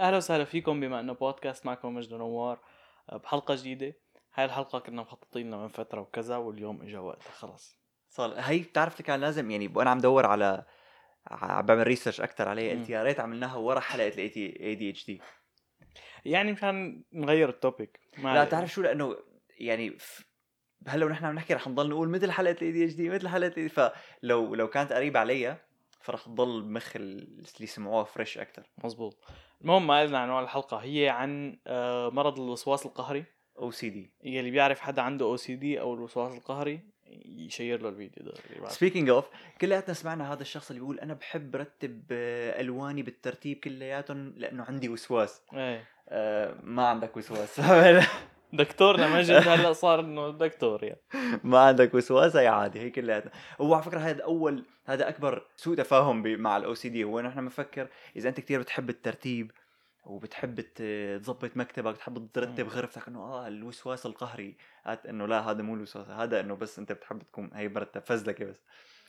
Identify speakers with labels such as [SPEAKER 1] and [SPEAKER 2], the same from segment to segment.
[SPEAKER 1] اهلا وسهلا فيكم بما انه بودكاست معكم مجد نوار بحلقه جديده هاي الحلقه كنا مخططين لها من فتره وكذا واليوم اجى وقتها خلص
[SPEAKER 2] صار هي بتعرف كان لازم يعني وانا عم دور على عم بعمل ريسيرش اكثر عليها قلت يا ريت عملناها ورا حلقه الاي تي اي دي اتش دي
[SPEAKER 1] يعني مشان نغير التوبيك ما
[SPEAKER 2] لا تعرف شو لانه يعني ف- هلا ونحن عم نحكي رح نضل نقول مثل حلقه الاي دي اتش دي مثل حلقه ال ADHD فلو لو كانت قريبه عليا فرح تضل بمخ ال- اللي سمعوها فريش اكثر
[SPEAKER 1] مزبوط المهم ما قلنا عنوان الحلقه هي عن آه، مرض الوسواس القهري
[SPEAKER 2] او سي دي
[SPEAKER 1] يلي بيعرف حدا عنده او سي دي او الوسواس القهري يشير له الفيديو ده اللي بعرف.
[SPEAKER 2] سبيكينج اوف كلياتنا سمعنا هذا الشخص اللي بيقول انا بحب رتب آه، الواني بالترتيب كلياتهم لانه عندي وسواس
[SPEAKER 1] ايه
[SPEAKER 2] آه، ما عندك وسواس
[SPEAKER 1] دكتورنا مجد هلا صار انه دكتور يعني
[SPEAKER 2] ما عندك وسواس هي عادي هي كلياتنا هو على فكره هذا اول هذا اكبر سوء تفاهم ب- مع الاو سي دي هو نحن بنفكر اذا انت كثير بتحب الترتيب وبتحب ت- تظبط مكتبك بتحب ترتب
[SPEAKER 1] مم.
[SPEAKER 2] غرفتك انه اه الوسواس القهري هات انه لا هذا مو الوسواس هذا انه بس انت بتحب تكون هي مرتب فزلكه بس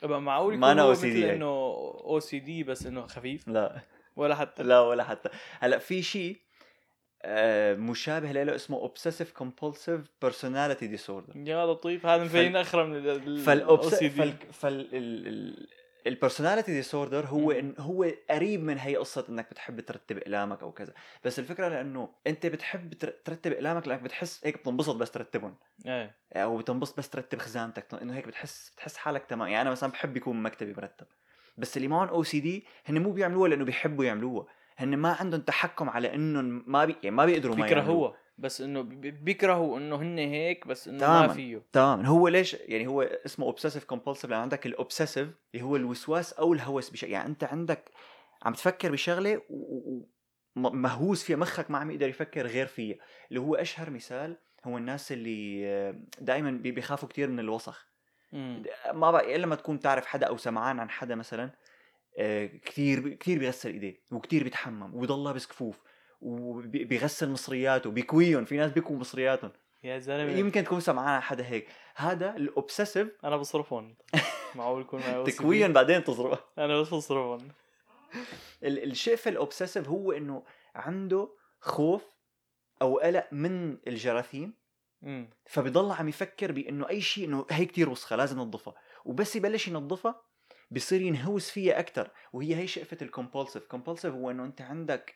[SPEAKER 1] بقى معقول
[SPEAKER 2] ما
[SPEAKER 1] يكون
[SPEAKER 2] أنا
[SPEAKER 1] هو
[SPEAKER 2] OCD
[SPEAKER 1] مثل
[SPEAKER 2] هيك.
[SPEAKER 1] انه او سي دي بس انه خفيف
[SPEAKER 2] لا
[SPEAKER 1] ولا حتى
[SPEAKER 2] لا ولا حتى هلا في شيء آه، مشابه له اسمه اوبسيسيف كومبولسيف بيرسوناليتي ديسوردر
[SPEAKER 1] يا لطيف هذا
[SPEAKER 2] فال-
[SPEAKER 1] مبين اخرى من ال
[SPEAKER 2] فالاوبس
[SPEAKER 1] OCD.
[SPEAKER 2] فال فال ال- ال- البرسوناليتي ديسوردر هو
[SPEAKER 1] مم.
[SPEAKER 2] إن هو قريب من هي قصه انك بتحب ترتب اقلامك او كذا بس الفكره لانه انت بتحب تر- ترتب اقلامك لانك بتحس هيك بتنبسط بس ترتبهم
[SPEAKER 1] ايه
[SPEAKER 2] او بتنبسط بس ترتب خزانتك انه هيك بتحس بتحس حالك تمام يعني انا مثلا بحب يكون مكتبي مرتب بس اللي معهم او سي دي هن مو بيعملوها لانه بيحبوا يعملوها هن ما عندهم تحكم على انهم ما بي... يعني ما بيقدروا ما يعملوها
[SPEAKER 1] بيكرهوها بس انه بي- بيكرهوا انه هن هيك بس انه ما
[SPEAKER 2] تماماً.
[SPEAKER 1] فيه
[SPEAKER 2] تمام هو ليش يعني هو اسمه اوبسيسيف كومبولسيف لان عندك الاوبسيسيف اللي هو الوسواس او الهوس بشيء يعني انت عندك عم تفكر بشغله ومهووس فيها مخك ما عم يقدر يفكر غير فيها اللي هو اشهر مثال هو الناس اللي دائما بيخافوا كتير من الوسخ
[SPEAKER 1] مم.
[SPEAKER 2] ما بقى الا لما تكون تعرف حدا او سمعان عن حدا مثلا آه، كتير كتير بيغسل ايديه وكتير بيتحمم وبضل لابس كفوف وبيغسل مصرياته بيكويهم في ناس بيكوا مصرياتهم
[SPEAKER 1] يا زلمه
[SPEAKER 2] يمكن تكون سمعان عن حدا هيك هذا الاوبسيسيف
[SPEAKER 1] انا بصرفهم معقول يكون معي OCD.
[SPEAKER 2] تكوين بعدين تظهر
[SPEAKER 1] انا بس بصرفهم
[SPEAKER 2] ال- الشيء في الاوبسيسيف هو انه عنده خوف او قلق من الجراثيم
[SPEAKER 1] مم.
[SPEAKER 2] فبضل عم يفكر بانه اي شيء انه هي كتير وسخه لازم ننظفها وبس يبلش ينظفها بصير ينهوس فيها اكثر وهي هي شقفه الكومبولسيف كومبولسيف هو انه انت عندك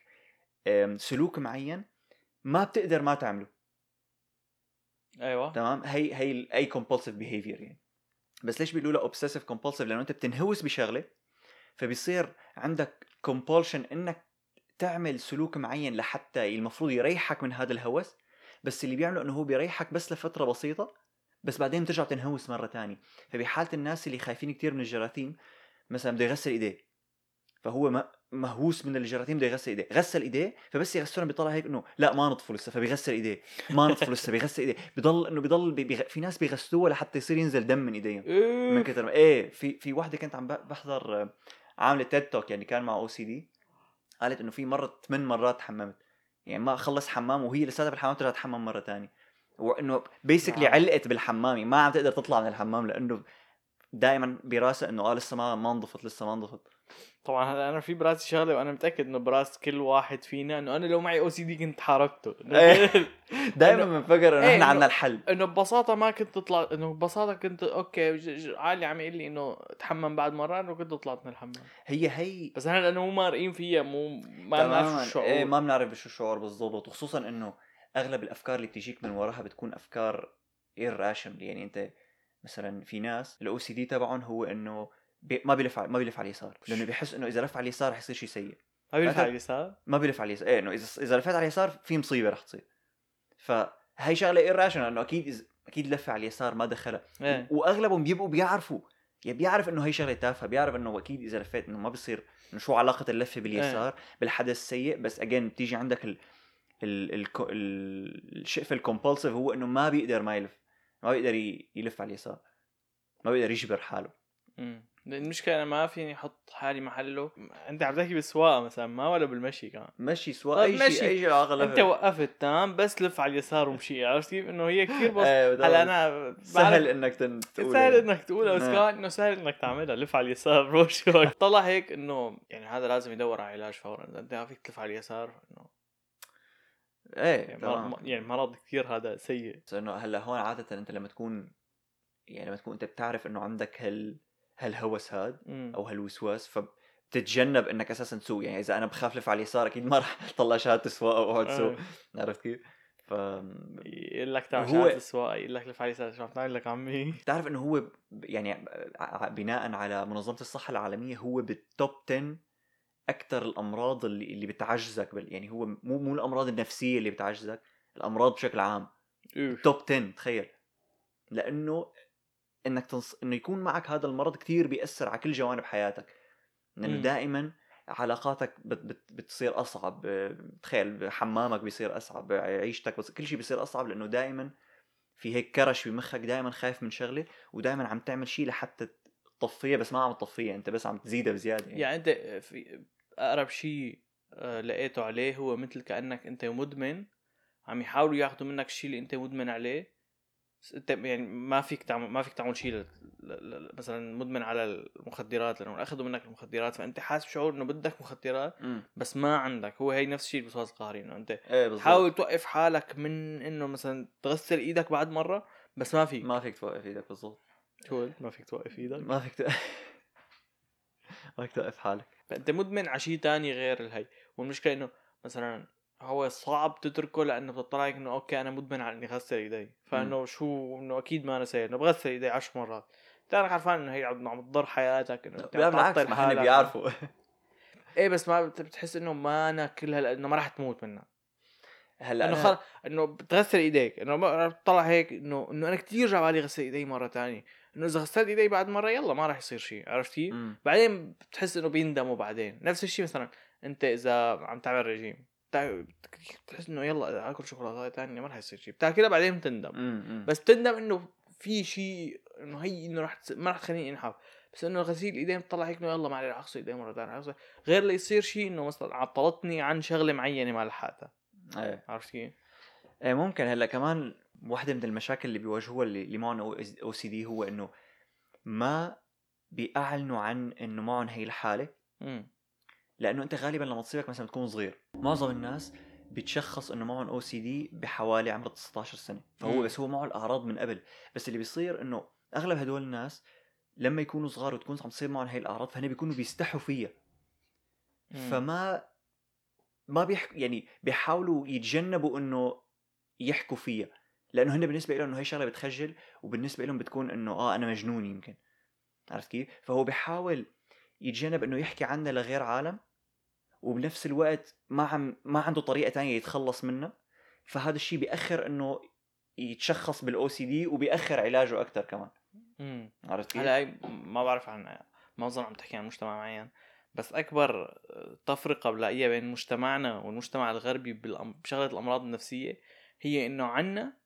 [SPEAKER 2] أم، سلوك معين ما بتقدر ما تعمله
[SPEAKER 1] ايوه
[SPEAKER 2] تمام هي هي ال- اي كومبولسيف بيهيفير يعني بس ليش بيقولوا لها اوبسيسيف كومبولسيف لانه انت بتنهوس بشغله فبيصير عندك كومبولشن انك تعمل سلوك معين لحتى المفروض يريحك من هذا الهوس بس اللي بيعمله انه هو بيريحك بس لفتره بسيطه بس بعدين بترجع تنهوس مره تانية فبحاله الناس اللي خايفين كتير من الجراثيم مثلا بده يغسل ايديه فهو م- مهووس من الجراثيم بده يغسل ايديه غسل ايديه فبس يغسلهم بيطلع هيك انه لا ما نطفوا لسه فبيغسل ايديه ما نطفوا لسه بيغسل ايديه بضل انه بضل بي- بيغ... في ناس بيغسلوها لحتى يصير ينزل دم من ايديهم
[SPEAKER 1] إيه.
[SPEAKER 2] من كثر ما ايه في في وحده كنت عم ب- بحضر آه، عامله تيد توك يعني كان مع او سي دي قالت انه في مره ثمان مرات تحممت يعني ما خلص حمام وهي لساتها بالحمام ترجع تحمم مره تانية وانه بيسكلي
[SPEAKER 1] نعم.
[SPEAKER 2] علقت بالحمامه ما عم تقدر تطلع من الحمام لانه دائما براسها انه اه لسه ما ما نضفت لسه ما نضفت
[SPEAKER 1] طبعا هلا انا في براسي شغله وانا متاكد انه براس كل واحد فينا انه انا لو معي او سي دي كنت حاربته
[SPEAKER 2] إيه. دائما
[SPEAKER 1] إنه-
[SPEAKER 2] بنفكر انه
[SPEAKER 1] إيه،
[SPEAKER 2] نحن
[SPEAKER 1] إنه-
[SPEAKER 2] عندنا الحل
[SPEAKER 1] انه ببساطه ما كنت اطلع انه ببساطه كنت اوكي ج- ج- علي عم يقول لي انه تحمم بعد مره انه كنت طلعت من الحمام
[SPEAKER 2] هي هي
[SPEAKER 1] بس انا لانه مو مارقين فيها مو ما بنعرف شو
[SPEAKER 2] تماماً.
[SPEAKER 1] الشعور
[SPEAKER 2] إيه ما بنعرف شو الشعور بالضبط وخصوصا انه اغلب الافكار اللي بتجيك من وراها بتكون افكار irrational يعني انت مثلا في ناس الاو سي دي تبعهم هو انه بي ما بيلف على ما بيلف على اليسار لانه بيحس انه اذا لف على اليسار رح يصير شيء سيء
[SPEAKER 1] ما بينفع
[SPEAKER 2] مثلاً-
[SPEAKER 1] على اليسار
[SPEAKER 2] ما بيلف على اليسار ايه انه اذا اذا لفيت على اليسار في مصيبه رح تصير فهي شغله irrational انه اكيد إز- اكيد لف على اليسار ما دخلها
[SPEAKER 1] ايه
[SPEAKER 2] واغلبهم بيبقوا بيعرفوا يعني بيعرف انه هي شغله تافهه بيعرف انه اكيد اذا لفيت انه ما بصير انه شو علاقه اللفه باليسار بالحدث السيء بس اجين بتيجي عندك ال ال ال ال- الشقف الكومبولسيف هو انه ما بيقدر ما يلف ما بيقدر ي- يلف على اليسار ما بيقدر يجبر حاله
[SPEAKER 1] مم. المشكله انا ما فيني احط حالي محله انت عم تحكي بالسواقه مثلا ما ولا بالمشي كمان
[SPEAKER 2] مشي سواء
[SPEAKER 1] طب
[SPEAKER 2] اي
[SPEAKER 1] مشي.
[SPEAKER 2] شيء اي شيء اغلب
[SPEAKER 1] انت وقفت تمام بس لف على اليسار ومشي عرفت كيف انه هي كثير بس هلا
[SPEAKER 2] هلا انا
[SPEAKER 1] انا
[SPEAKER 2] إيه، سهل
[SPEAKER 1] بعرف-
[SPEAKER 2] انك تن- تقول
[SPEAKER 1] سهل
[SPEAKER 2] هيك.
[SPEAKER 1] انك تقولها بس
[SPEAKER 2] نعم.
[SPEAKER 1] كمان انه سهل انك تعملها لف على اليسار روش وقت. طلع هيك انه يعني هذا لازم يدور على علاج فورا اذا انت ما فيك تلف على اليسار انه
[SPEAKER 2] ايه
[SPEAKER 1] يعني مرض
[SPEAKER 2] تمام.
[SPEAKER 1] يعني مرض كثير هذا سيء
[SPEAKER 2] بس انه هلا هون عاده انت لما تكون يعني لما تكون انت بتعرف انه عندك هال هالهوس هاد
[SPEAKER 1] مم.
[SPEAKER 2] او هالوسواس فبتتجنب انك اساسا تسوق يعني اذا انا بخاف لف على اليسار اكيد ما راح اطلع شهاده سواقه واقعد
[SPEAKER 1] آه.
[SPEAKER 2] اسوق عرفت كيف؟ ف
[SPEAKER 1] يقول لك طيب تعال
[SPEAKER 2] هو-
[SPEAKER 1] شغل السواقه يقول لك لف على اليسار شو عم تعمل لك عمي
[SPEAKER 2] بتعرف انه هو ب- يعني ع- ع- بناء على منظمه الصحه العالميه هو بالتوب 10 اكثر الامراض اللي اللي بتعجزك بال يعني هو مو مو الامراض النفسيه اللي بتعجزك الامراض بشكل عام
[SPEAKER 1] أوف.
[SPEAKER 2] توب 10 تخيل لانه انك تنص... انه يكون معك هذا المرض كتير بيأثر على كل جوانب حياتك
[SPEAKER 1] مم.
[SPEAKER 2] لانه دائما علاقاتك بت... بت... بتصير اصعب آه، تخيل حمامك بيصير اصعب عيشتك بص... كل شيء بيصير اصعب لانه دائما في هيك كرش بمخك دائما خايف من شغله ودائما عم تعمل شيء لحتى تطفيه بس ما عم تطفيه انت بس عم تزيدها بزياده يعني.
[SPEAKER 1] يعني انت في اقرب شيء آه، لقيته عليه هو مثل كانك انت مدمن عم يحاولوا ياخذوا منك الشيء اللي انت مدمن عليه بس انت يعني ما فيك تعمل ما فيك تعمل شيء مثلا مدمن على المخدرات لانه اخذوا منك المخدرات فانت حاسس بشعور انه بدك مخدرات
[SPEAKER 2] مم.
[SPEAKER 1] بس ما عندك هو هي نفس الشيء الوسواس القهري انه انت
[SPEAKER 2] ايه بالضبط
[SPEAKER 1] حاول توقف حالك من انه مثلا تغسل ايدك بعد مره بس ما فيك
[SPEAKER 2] ما فيك توقف ايدك بالضبط
[SPEAKER 1] شو ما فيك توقف ايدك
[SPEAKER 2] ما فيك توقف ما فيك توقف حالك
[SPEAKER 1] فانت مدمن على شيء ثاني غير الهي والمشكله انه مثلا هو صعب تتركه لانه بتطلع لك انه اوكي انا مدمن على اني غسل ايدي فانه شو انه اكيد ما انا ساير انه بغسل ايدي 10 مرات انت انا عارفان انه هي عم عم تضر حياتك انه انت
[SPEAKER 2] لا
[SPEAKER 1] عم
[SPEAKER 2] بالعكس
[SPEAKER 1] تعطل
[SPEAKER 2] ما هن
[SPEAKER 1] حالك.
[SPEAKER 2] بيعرفوا
[SPEAKER 1] ايه بس ما بت- بتحس انه ما انا كل هال انه ما راح تموت منها
[SPEAKER 2] هلا
[SPEAKER 1] لانه
[SPEAKER 2] أنا-
[SPEAKER 1] خل... انه بتغسل ايديك انه ما أنا بتطلع هيك انه انه انا كثير جا بالي غسل ايدي مره تانية انه اذا غسلت ايدي بعد مره يلا ما راح يصير شيء عرفت كيف؟
[SPEAKER 2] مم.
[SPEAKER 1] بعدين بتحس انه بيندموا بعدين نفس الشيء مثلا انت اذا عم تعمل رجيم بتع- بتحس انه يلا اكل شوكولاته ثانيه ما رح يصير شيء بتاكلها بعدين بتندم
[SPEAKER 2] مم. مم.
[SPEAKER 1] بس بتندم انه في شيء انه هي انه رح تس- ما رح تخليني انحف بس انه غسيل الايدين بتطلع هيك انه يلا معلش رح اغسل ايدين مره ثانيه رح أغسل. غير ليصير شيء انه مثلا عطلتني عن شغله معينه ما لحقتها
[SPEAKER 2] ايه
[SPEAKER 1] عرفت كيف؟
[SPEAKER 2] إيه، ممكن هلا كمان واحدة من المشاكل اللي بيواجهوها اللي اللي معهم او سي دي هو انه ما بيعلنوا عن انه معهم هي الحالة
[SPEAKER 1] امم
[SPEAKER 2] لانه انت غالبا لما تصيبك مثلا تكون صغير معظم الناس بتشخص انه معهم او سي دي بحوالي عمر 19 سنه فهو
[SPEAKER 1] مم.
[SPEAKER 2] بس هو معه الاعراض من قبل بس اللي بيصير انه اغلب هدول الناس لما يكونوا صغار وتكون عم تصير معهم هي الاعراض فهن بيكونوا بيستحوا فيها فما ما بيح يعني بيحاولوا يتجنبوا انه يحكوا فيها لانه هن بالنسبه لهم انه هي شغله بتخجل وبالنسبه لهم بتكون انه اه انا مجنون يمكن عرفت كيف؟ فهو بيحاول يتجنب انه يحكي عنها لغير عالم وبنفس الوقت ما عم ما عنده طريقه تانية يتخلص منها فهذا الشيء بياخر انه يتشخص بالاو سي دي وبياخر علاجه اكثر كمان
[SPEAKER 1] امم
[SPEAKER 2] عرفت كيف؟
[SPEAKER 1] هلا هي ما بعرف عن ما اظن عم تحكي عن مجتمع معين بس اكبر تفرقه بلاقيها بين مجتمعنا والمجتمع الغربي بالأم- بشغله الامراض النفسيه هي انه عنا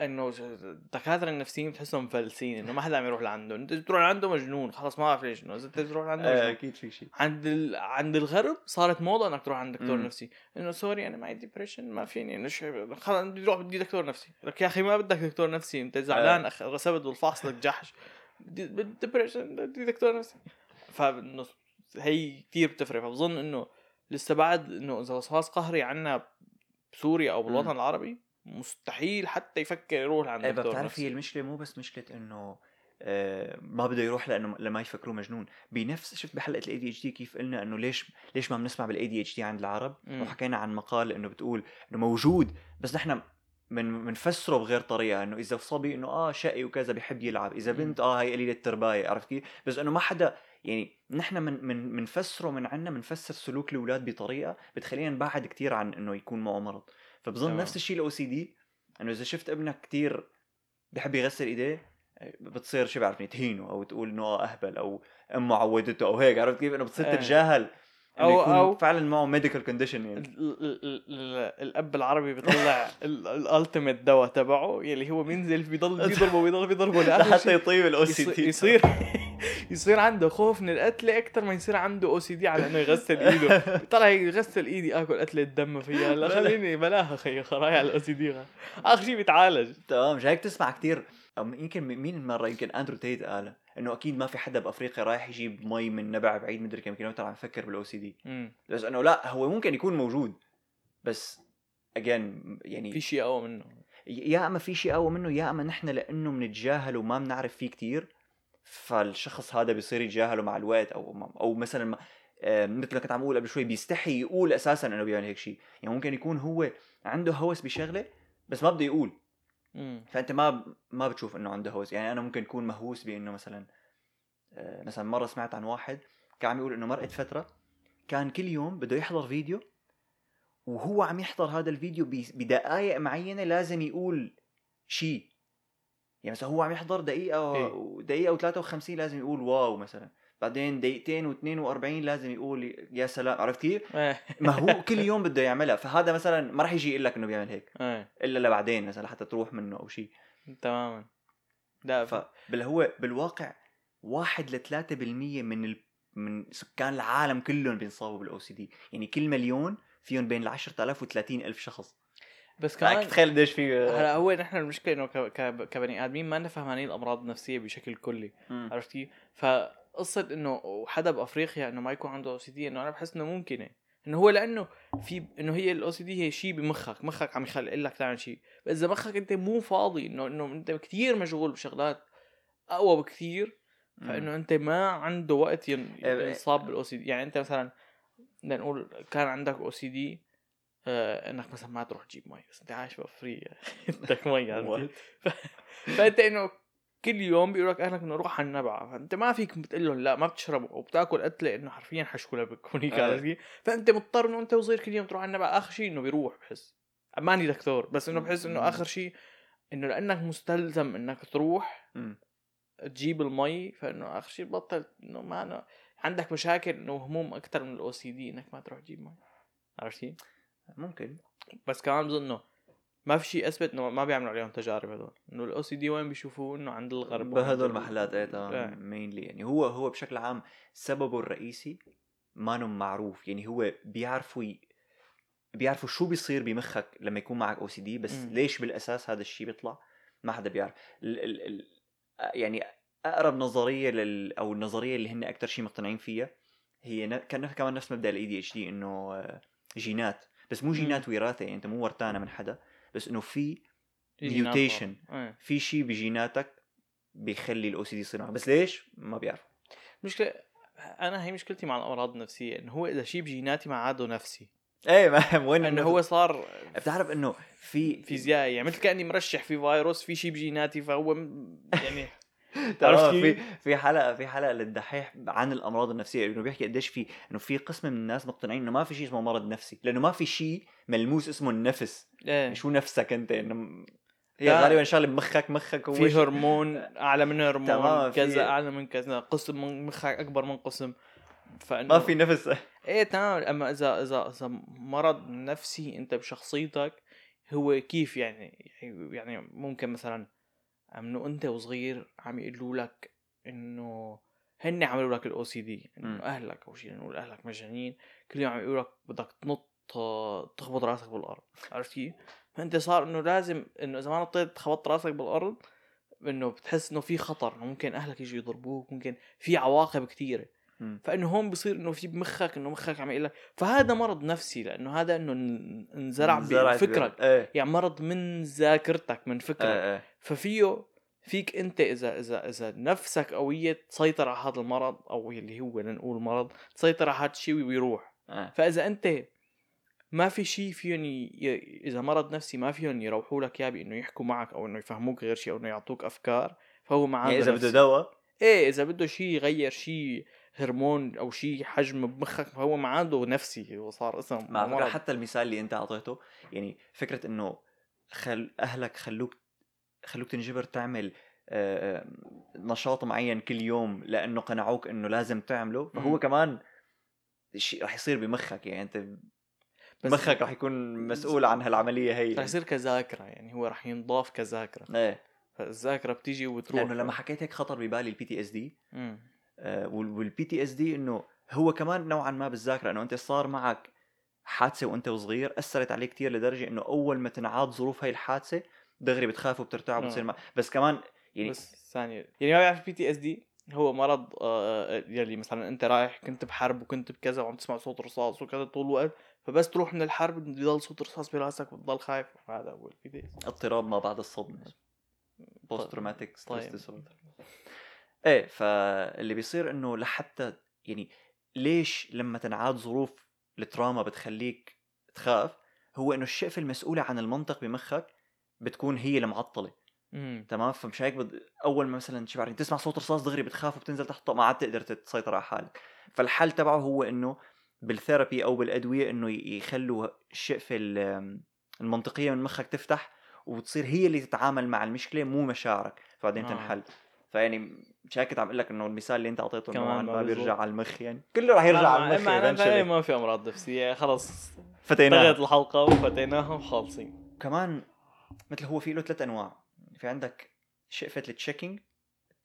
[SPEAKER 1] انه الدكاتره النفسيين بتحسهم مفلسين انه ما حدا عم يروح لعنده انت بتروح لعنده مجنون خلص ما بعرف ليش انه اذا انت بتروح لعنده
[SPEAKER 2] آه،
[SPEAKER 1] مجنون
[SPEAKER 2] اكيد في شيء
[SPEAKER 1] عند ال... عند الغرب صارت موضه انك تروح عند دكتور
[SPEAKER 2] مم.
[SPEAKER 1] نفسي انه سوري انا معي ديبريشن ما فيني انه شو خلص بدي اروح بدي دكتور نفسي لك يا اخي ما بدك دكتور نفسي انت
[SPEAKER 2] آه.
[SPEAKER 1] زعلان أخ... رسبت بالفحص لك جحش بدي بدي ديبريشن بدي دكتور نفسي فانه هي كثير بتفرق فبظن انه لسه بعد انه اذا وسواس قهري عنا بسوريا او بالوطن
[SPEAKER 2] مم.
[SPEAKER 1] العربي مستحيل حتى يفكر يروح عند
[SPEAKER 2] ايه بقى
[SPEAKER 1] دكتور
[SPEAKER 2] بتعرف هي
[SPEAKER 1] نفسي
[SPEAKER 2] المشكله مو بس مشكله انه آه، ما بده يروح لانه لما يفكروه مجنون بنفس شفت بحلقه الاي دي اتش دي كيف قلنا انه ليش ليش ما بنسمع بالاي دي اتش دي عند العرب
[SPEAKER 1] مم.
[SPEAKER 2] وحكينا عن مقال انه بتقول انه موجود بس نحن من بنفسره بغير طريقه انه اذا صبي انه اه شقي وكذا بيحب يلعب اذا
[SPEAKER 1] مم.
[SPEAKER 2] بنت اه هي قليله التربايه عرفت كيف بس انه ما حدا يعني نحن من من بنفسره من عنا بنفسر سلوك الاولاد بطريقه بتخلينا نبعد كتير عن انه يكون معه مرض فبظن
[SPEAKER 1] تمام.
[SPEAKER 2] نفس الشيء الاو سي دي انه اذا شفت ابنك كتير بحب يغسل ايديه بتصير شو بعرفني تهينه او تقول انه آه اهبل او امه عودته او هيك عرفت كيف انه بتصير
[SPEAKER 1] إيه.
[SPEAKER 2] تتجاهل
[SPEAKER 1] أو-
[SPEAKER 2] انه يكون
[SPEAKER 1] أو-
[SPEAKER 2] فعلا معه ميديكال كونديشن يعني
[SPEAKER 1] ال- ال- ال- ال- الاب العربي بيطلع الالتيميت دواء تبعه يلي هو بينزل بيضل بيضربه بيضل بيضربه لاخر
[SPEAKER 2] لحتى
[SPEAKER 1] شيء
[SPEAKER 2] يطيب الاو سي
[SPEAKER 1] يصير,
[SPEAKER 2] دي
[SPEAKER 1] يصير يصير عنده خوف من القتلة أكثر ما يصير عنده أو سي دي على إنه يغسل إيده طلع هيك يغسل إيدي آكل قتلة دم فيها لا
[SPEAKER 2] بلا.
[SPEAKER 1] خليني بلاها خي خرايا على الأو سي دي آخر شيء بتعالج
[SPEAKER 2] تمام مش هيك تسمع كثير يمكن مين مره يمكن اندرو تيت قال انه اكيد ما في حدا بافريقيا رايح يجيب مي من نبع بعيد مدري كم كيلومتر عم يفكر بالاو سي دي
[SPEAKER 1] مم.
[SPEAKER 2] بس انه لا هو ممكن يكون موجود بس اجين يعني
[SPEAKER 1] في شيء أقوى منه
[SPEAKER 2] يا اما في شيء قوي منه يا اما نحن لانه بنتجاهل وما بنعرف فيه كتير فالشخص هذا بيصير يتجاهله مع الوقت او او مثلا ما- آه، مثل ما كنت عم اقول قبل شوي بيستحي يقول اساسا انه بيعمل هيك شيء يعني ممكن يكون هو عنده هوس بشغله بس ما بده يقول
[SPEAKER 1] مم.
[SPEAKER 2] فانت ما ما بتشوف انه عنده هوس يعني انا ممكن اكون مهووس بانه مثلا آه، مثلا مره سمعت عن واحد كان عم يقول انه مرقت فتره كان كل يوم بده يحضر فيديو وهو عم يحضر هذا الفيديو ب- بدقائق معينه لازم يقول شيء يعني مثلا هو عم يحضر دقيقه
[SPEAKER 1] إيه.
[SPEAKER 2] و... دقيقه و53 لازم يقول واو مثلا بعدين دقيقتين و42 لازم يقول يا سلام عرفت كيف؟
[SPEAKER 1] إيه
[SPEAKER 2] ما هو كل يوم بده يعملها فهذا مثلا ما راح يجي يقول لك انه بيعمل هيك
[SPEAKER 1] إيه
[SPEAKER 2] الا لبعدين مثلا حتى تروح منه او شيء
[SPEAKER 1] تماما لا ف...
[SPEAKER 2] فبل هو بالواقع واحد ل 3% من ال... من سكان العالم كلهم بينصابوا بالاو سي دي يعني كل مليون فيهم بين ال 10000 و 30000 شخص
[SPEAKER 1] بس كمان
[SPEAKER 2] فأك تخيل قديش في
[SPEAKER 1] هلا هو نحن المشكله انه ك- ك- كبني ادمين ما فهمانين الامراض النفسيه بشكل كلي
[SPEAKER 2] مم.
[SPEAKER 1] عرفت كيف؟ فقصه انه حدا بافريقيا انه ما يكون عنده او سي دي انه انا بحس انه ممكنه انه هو لانه في انه هي الاو سي دي هي شيء بمخك مخك عم يخلق لك تعمل شيء اذا مخك انت مو فاضي انه انه انت كثير مشغول بشغلات اقوى بكثير
[SPEAKER 2] مم.
[SPEAKER 1] فانه انت ما عنده وقت ين-
[SPEAKER 2] إيه.
[SPEAKER 1] ينصاب بالاو سي دي يعني انت مثلا بدنا نقول كان عندك او سي دي انك مثلا آه، ما تروح تجيب مي بس انت عايش بافريقيا عندك مي عرفت؟
[SPEAKER 2] What?
[SPEAKER 1] فانت انه كل يوم بيقول لك اهلك انه روح على النبعه فانت ما فيك بتقول لهم لا ما بتشربوا وبتاكل قتله انه حرفيا حشكلها بكونيك
[SPEAKER 2] آه.
[SPEAKER 1] عرفت كيف؟ فانت مضطر انه انت وصغير كل يوم تروح على النبعه اخر شيء انه بيروح بحس ماني دكتور بس انه بحس انه اخر شيء انه لانك مستلزم انك تروح
[SPEAKER 2] مم.
[SPEAKER 1] تجيب المي فانه اخر شيء بطل انه ما أنا عندك مشاكل انه هموم اكثر من الاو سي دي انك ما تروح تجيب مي عرفت كيف؟
[SPEAKER 2] ممكن
[SPEAKER 1] بس كمان بظن انه ما في شيء اثبت انه ما بيعملوا عليهم تجارب هدول انه الاو سي دي وين بيشوفوه انه عند الغرب وعند
[SPEAKER 2] بهدول
[SPEAKER 1] ال-
[SPEAKER 2] المحلات ايه
[SPEAKER 1] إيه.
[SPEAKER 2] تمام مينلي يعني هو هو بشكل عام سببه الرئيسي مانو معروف يعني هو بيعرفوا ي... بيعرفوا شو بيصير بمخك لما يكون معك او سي دي بس
[SPEAKER 1] مم.
[SPEAKER 2] م. ليش بالاساس هذا الشيء بيطلع ما حدا بيعرف ال... ال... ال... يعني اقرب نظريه لل... او النظريه اللي هن اكثر شيء مقتنعين فيها هي ن... كان كمان نفس مبدا الاي دي اتش دي انه آه، جينات بس مو جينات وراثه يعني انت مو ورثانه من حدا بس انه في
[SPEAKER 1] يجي ناطر.
[SPEAKER 2] mutation.
[SPEAKER 1] إيه.
[SPEAKER 2] في شيء بجيناتك بيخلي الاو سي دي يصير معك بس ليش ما بيعرف
[SPEAKER 1] مشكله انا هي مشكلتي مع الامراض النفسيه انه هو اذا شيء بجيناتي ما عاده نفسي
[SPEAKER 2] ايه ما وين
[SPEAKER 1] انه هو صار
[SPEAKER 2] بتعرف انه في
[SPEAKER 1] فيزيائي يعني مثل كاني مرشح في فيروس في شيء بجيناتي فهو م- يعني
[SPEAKER 2] تعرف
[SPEAKER 1] عرفت
[SPEAKER 2] في
[SPEAKER 1] كيف؟
[SPEAKER 2] في حلقه في حلقه للدحيح عن الامراض النفسيه انه بيحكي قديش في انه في قسم من الناس مقتنعين انه ما في شيء اسمه مرض نفسي لانه ما في شيء ملموس اسمه النفس
[SPEAKER 1] ايه
[SPEAKER 2] شو نفسك انت انه م- هي
[SPEAKER 1] لا.
[SPEAKER 2] غالبا شغله بمخك مخك هو
[SPEAKER 1] في
[SPEAKER 2] شيء-
[SPEAKER 1] هرمون اعلى من هرمون
[SPEAKER 2] تمام، في-
[SPEAKER 1] كذا اعلى من كذا قسم من مخك اكبر من قسم فانه
[SPEAKER 2] ما في نفس
[SPEAKER 1] ايه تمام اما اذا اذا اذا مرض نفسي انت بشخصيتك هو كيف يعني يعني ممكن مثلا انه انت وصغير عم يقولوا لك انه هن عملوا لك الاو سي دي
[SPEAKER 2] مم.
[SPEAKER 1] انه اهلك او شيء نقول اهلك مجانين كل يوم عم يقولوا لك بدك تنط آه، تخبط راسك بالارض عرفت كيف؟ فانت صار انه لازم انه اذا ما نطيت خبطت راسك بالارض انه بتحس انه في خطر إنه ممكن اهلك يجوا يضربوك ممكن في عواقب كثيره
[SPEAKER 2] مم.
[SPEAKER 1] فانه هون بصير انه في بمخك انه مخك عم يقول لك فهذا مرض نفسي لانه هذا انه ان- انزرع
[SPEAKER 2] زرعت
[SPEAKER 1] بفكرك
[SPEAKER 2] بال- ايه
[SPEAKER 1] يعني مرض من ذاكرتك من فكرك
[SPEAKER 2] ايه إيه.
[SPEAKER 1] ففيه فيك انت اذا اذا اذا نفسك قويه تسيطر على هذا المرض او اللي هو لنقول مرض تسيطر على هذا الشيء ويروح
[SPEAKER 2] إيه.
[SPEAKER 1] فاذا انت ما في شيء فيهم ي... ي- اذا مرض نفسي ما فيهم يروحوا لك اياه بانه يحكوا معك او انه يفهموك غير شيء او انه يعطوك افكار فهو معاه
[SPEAKER 2] يعني اذا بده دواء
[SPEAKER 1] ايه اذا بده شيء يغير شيء هرمون او شيء حجم بمخك فهو ما عنده نفسي هو صار اسم
[SPEAKER 2] مع فكرة
[SPEAKER 1] مرض.
[SPEAKER 2] حتى المثال اللي انت اعطيته يعني فكره انه خل اهلك خلوك خلوك تنجبر تعمل آه، آه، نشاط معين كل يوم لانه قنعوك انه لازم تعمله فهو
[SPEAKER 1] مم.
[SPEAKER 2] كمان شيء رح يصير بمخك يعني انت
[SPEAKER 1] بس
[SPEAKER 2] مخك رح يكون مسؤول عن هالعمليه هي
[SPEAKER 1] رح يصير كذاكره يعني هو رح ينضاف كذاكره
[SPEAKER 2] ايه
[SPEAKER 1] فالذاكره بتيجي وتروح
[SPEAKER 2] لانه لما حكيت هيك خطر ببالي البي تي اس دي
[SPEAKER 1] مم.
[SPEAKER 2] آه، والبي تي اس دي انه هو كمان نوعا ما بالذاكره انه انت صار معك حادثه وانت وصغير اثرت عليه كتير لدرجه انه اول ما تنعاد ظروف هاي الحادثه دغري بتخاف وبترتاح
[SPEAKER 1] مم.
[SPEAKER 2] وبتصير ما... بس كمان يعني
[SPEAKER 1] بس ثانية يعني ما بيعرف بي تي اس دي هو مرض آه، آه، يلي مثلا انت رايح كنت بحرب وكنت بكذا وعم تسمع صوت رصاص وكذا طول الوقت فبس تروح من الحرب بضل صوت رصاص براسك وبتضل خايف هذا هو البي تي
[SPEAKER 2] اضطراب ما بعد الصدمه بوست تروماتيك
[SPEAKER 1] طيب.
[SPEAKER 2] ستريس ايه فاللي بيصير انه لحتى يعني ليش لما تنعاد ظروف التراما بتخليك تخاف هو انه الشقفه المسؤوله عن المنطق بمخك بتكون هي المعطله
[SPEAKER 1] امم
[SPEAKER 2] تمام فمش هيك بد... اول ما مثلا شبع تسمع صوت رصاص دغري بتخاف وبتنزل تحت الطاولة، ما عاد تقدر تسيطر على حالك فالحل تبعه هو انه بالثيرابي او بالادويه انه ي- يخلوا الشقفه ال- المنطقيه من مخك تفتح وتصير هي اللي تتعامل مع المشكله مو مشاعرك فبعدين
[SPEAKER 1] آه.
[SPEAKER 2] آه. تنحل فيعني مش هيك كنت عم اقول لك انه المثال اللي انت اعطيته انه
[SPEAKER 1] كمان
[SPEAKER 2] عن
[SPEAKER 1] ما
[SPEAKER 2] ما بيرجع
[SPEAKER 1] بيزبط.
[SPEAKER 2] على المخ يعني كله رح يرجع على المخ يعني،
[SPEAKER 1] معناتها
[SPEAKER 2] eventually.
[SPEAKER 1] ما في امراض نفسية خلص
[SPEAKER 2] فتيناه
[SPEAKER 1] انتهت الحلقة وفتيناها وخالصين
[SPEAKER 2] كمان مثل هو في له ثلاث انواع في عندك شقفه التشيكينج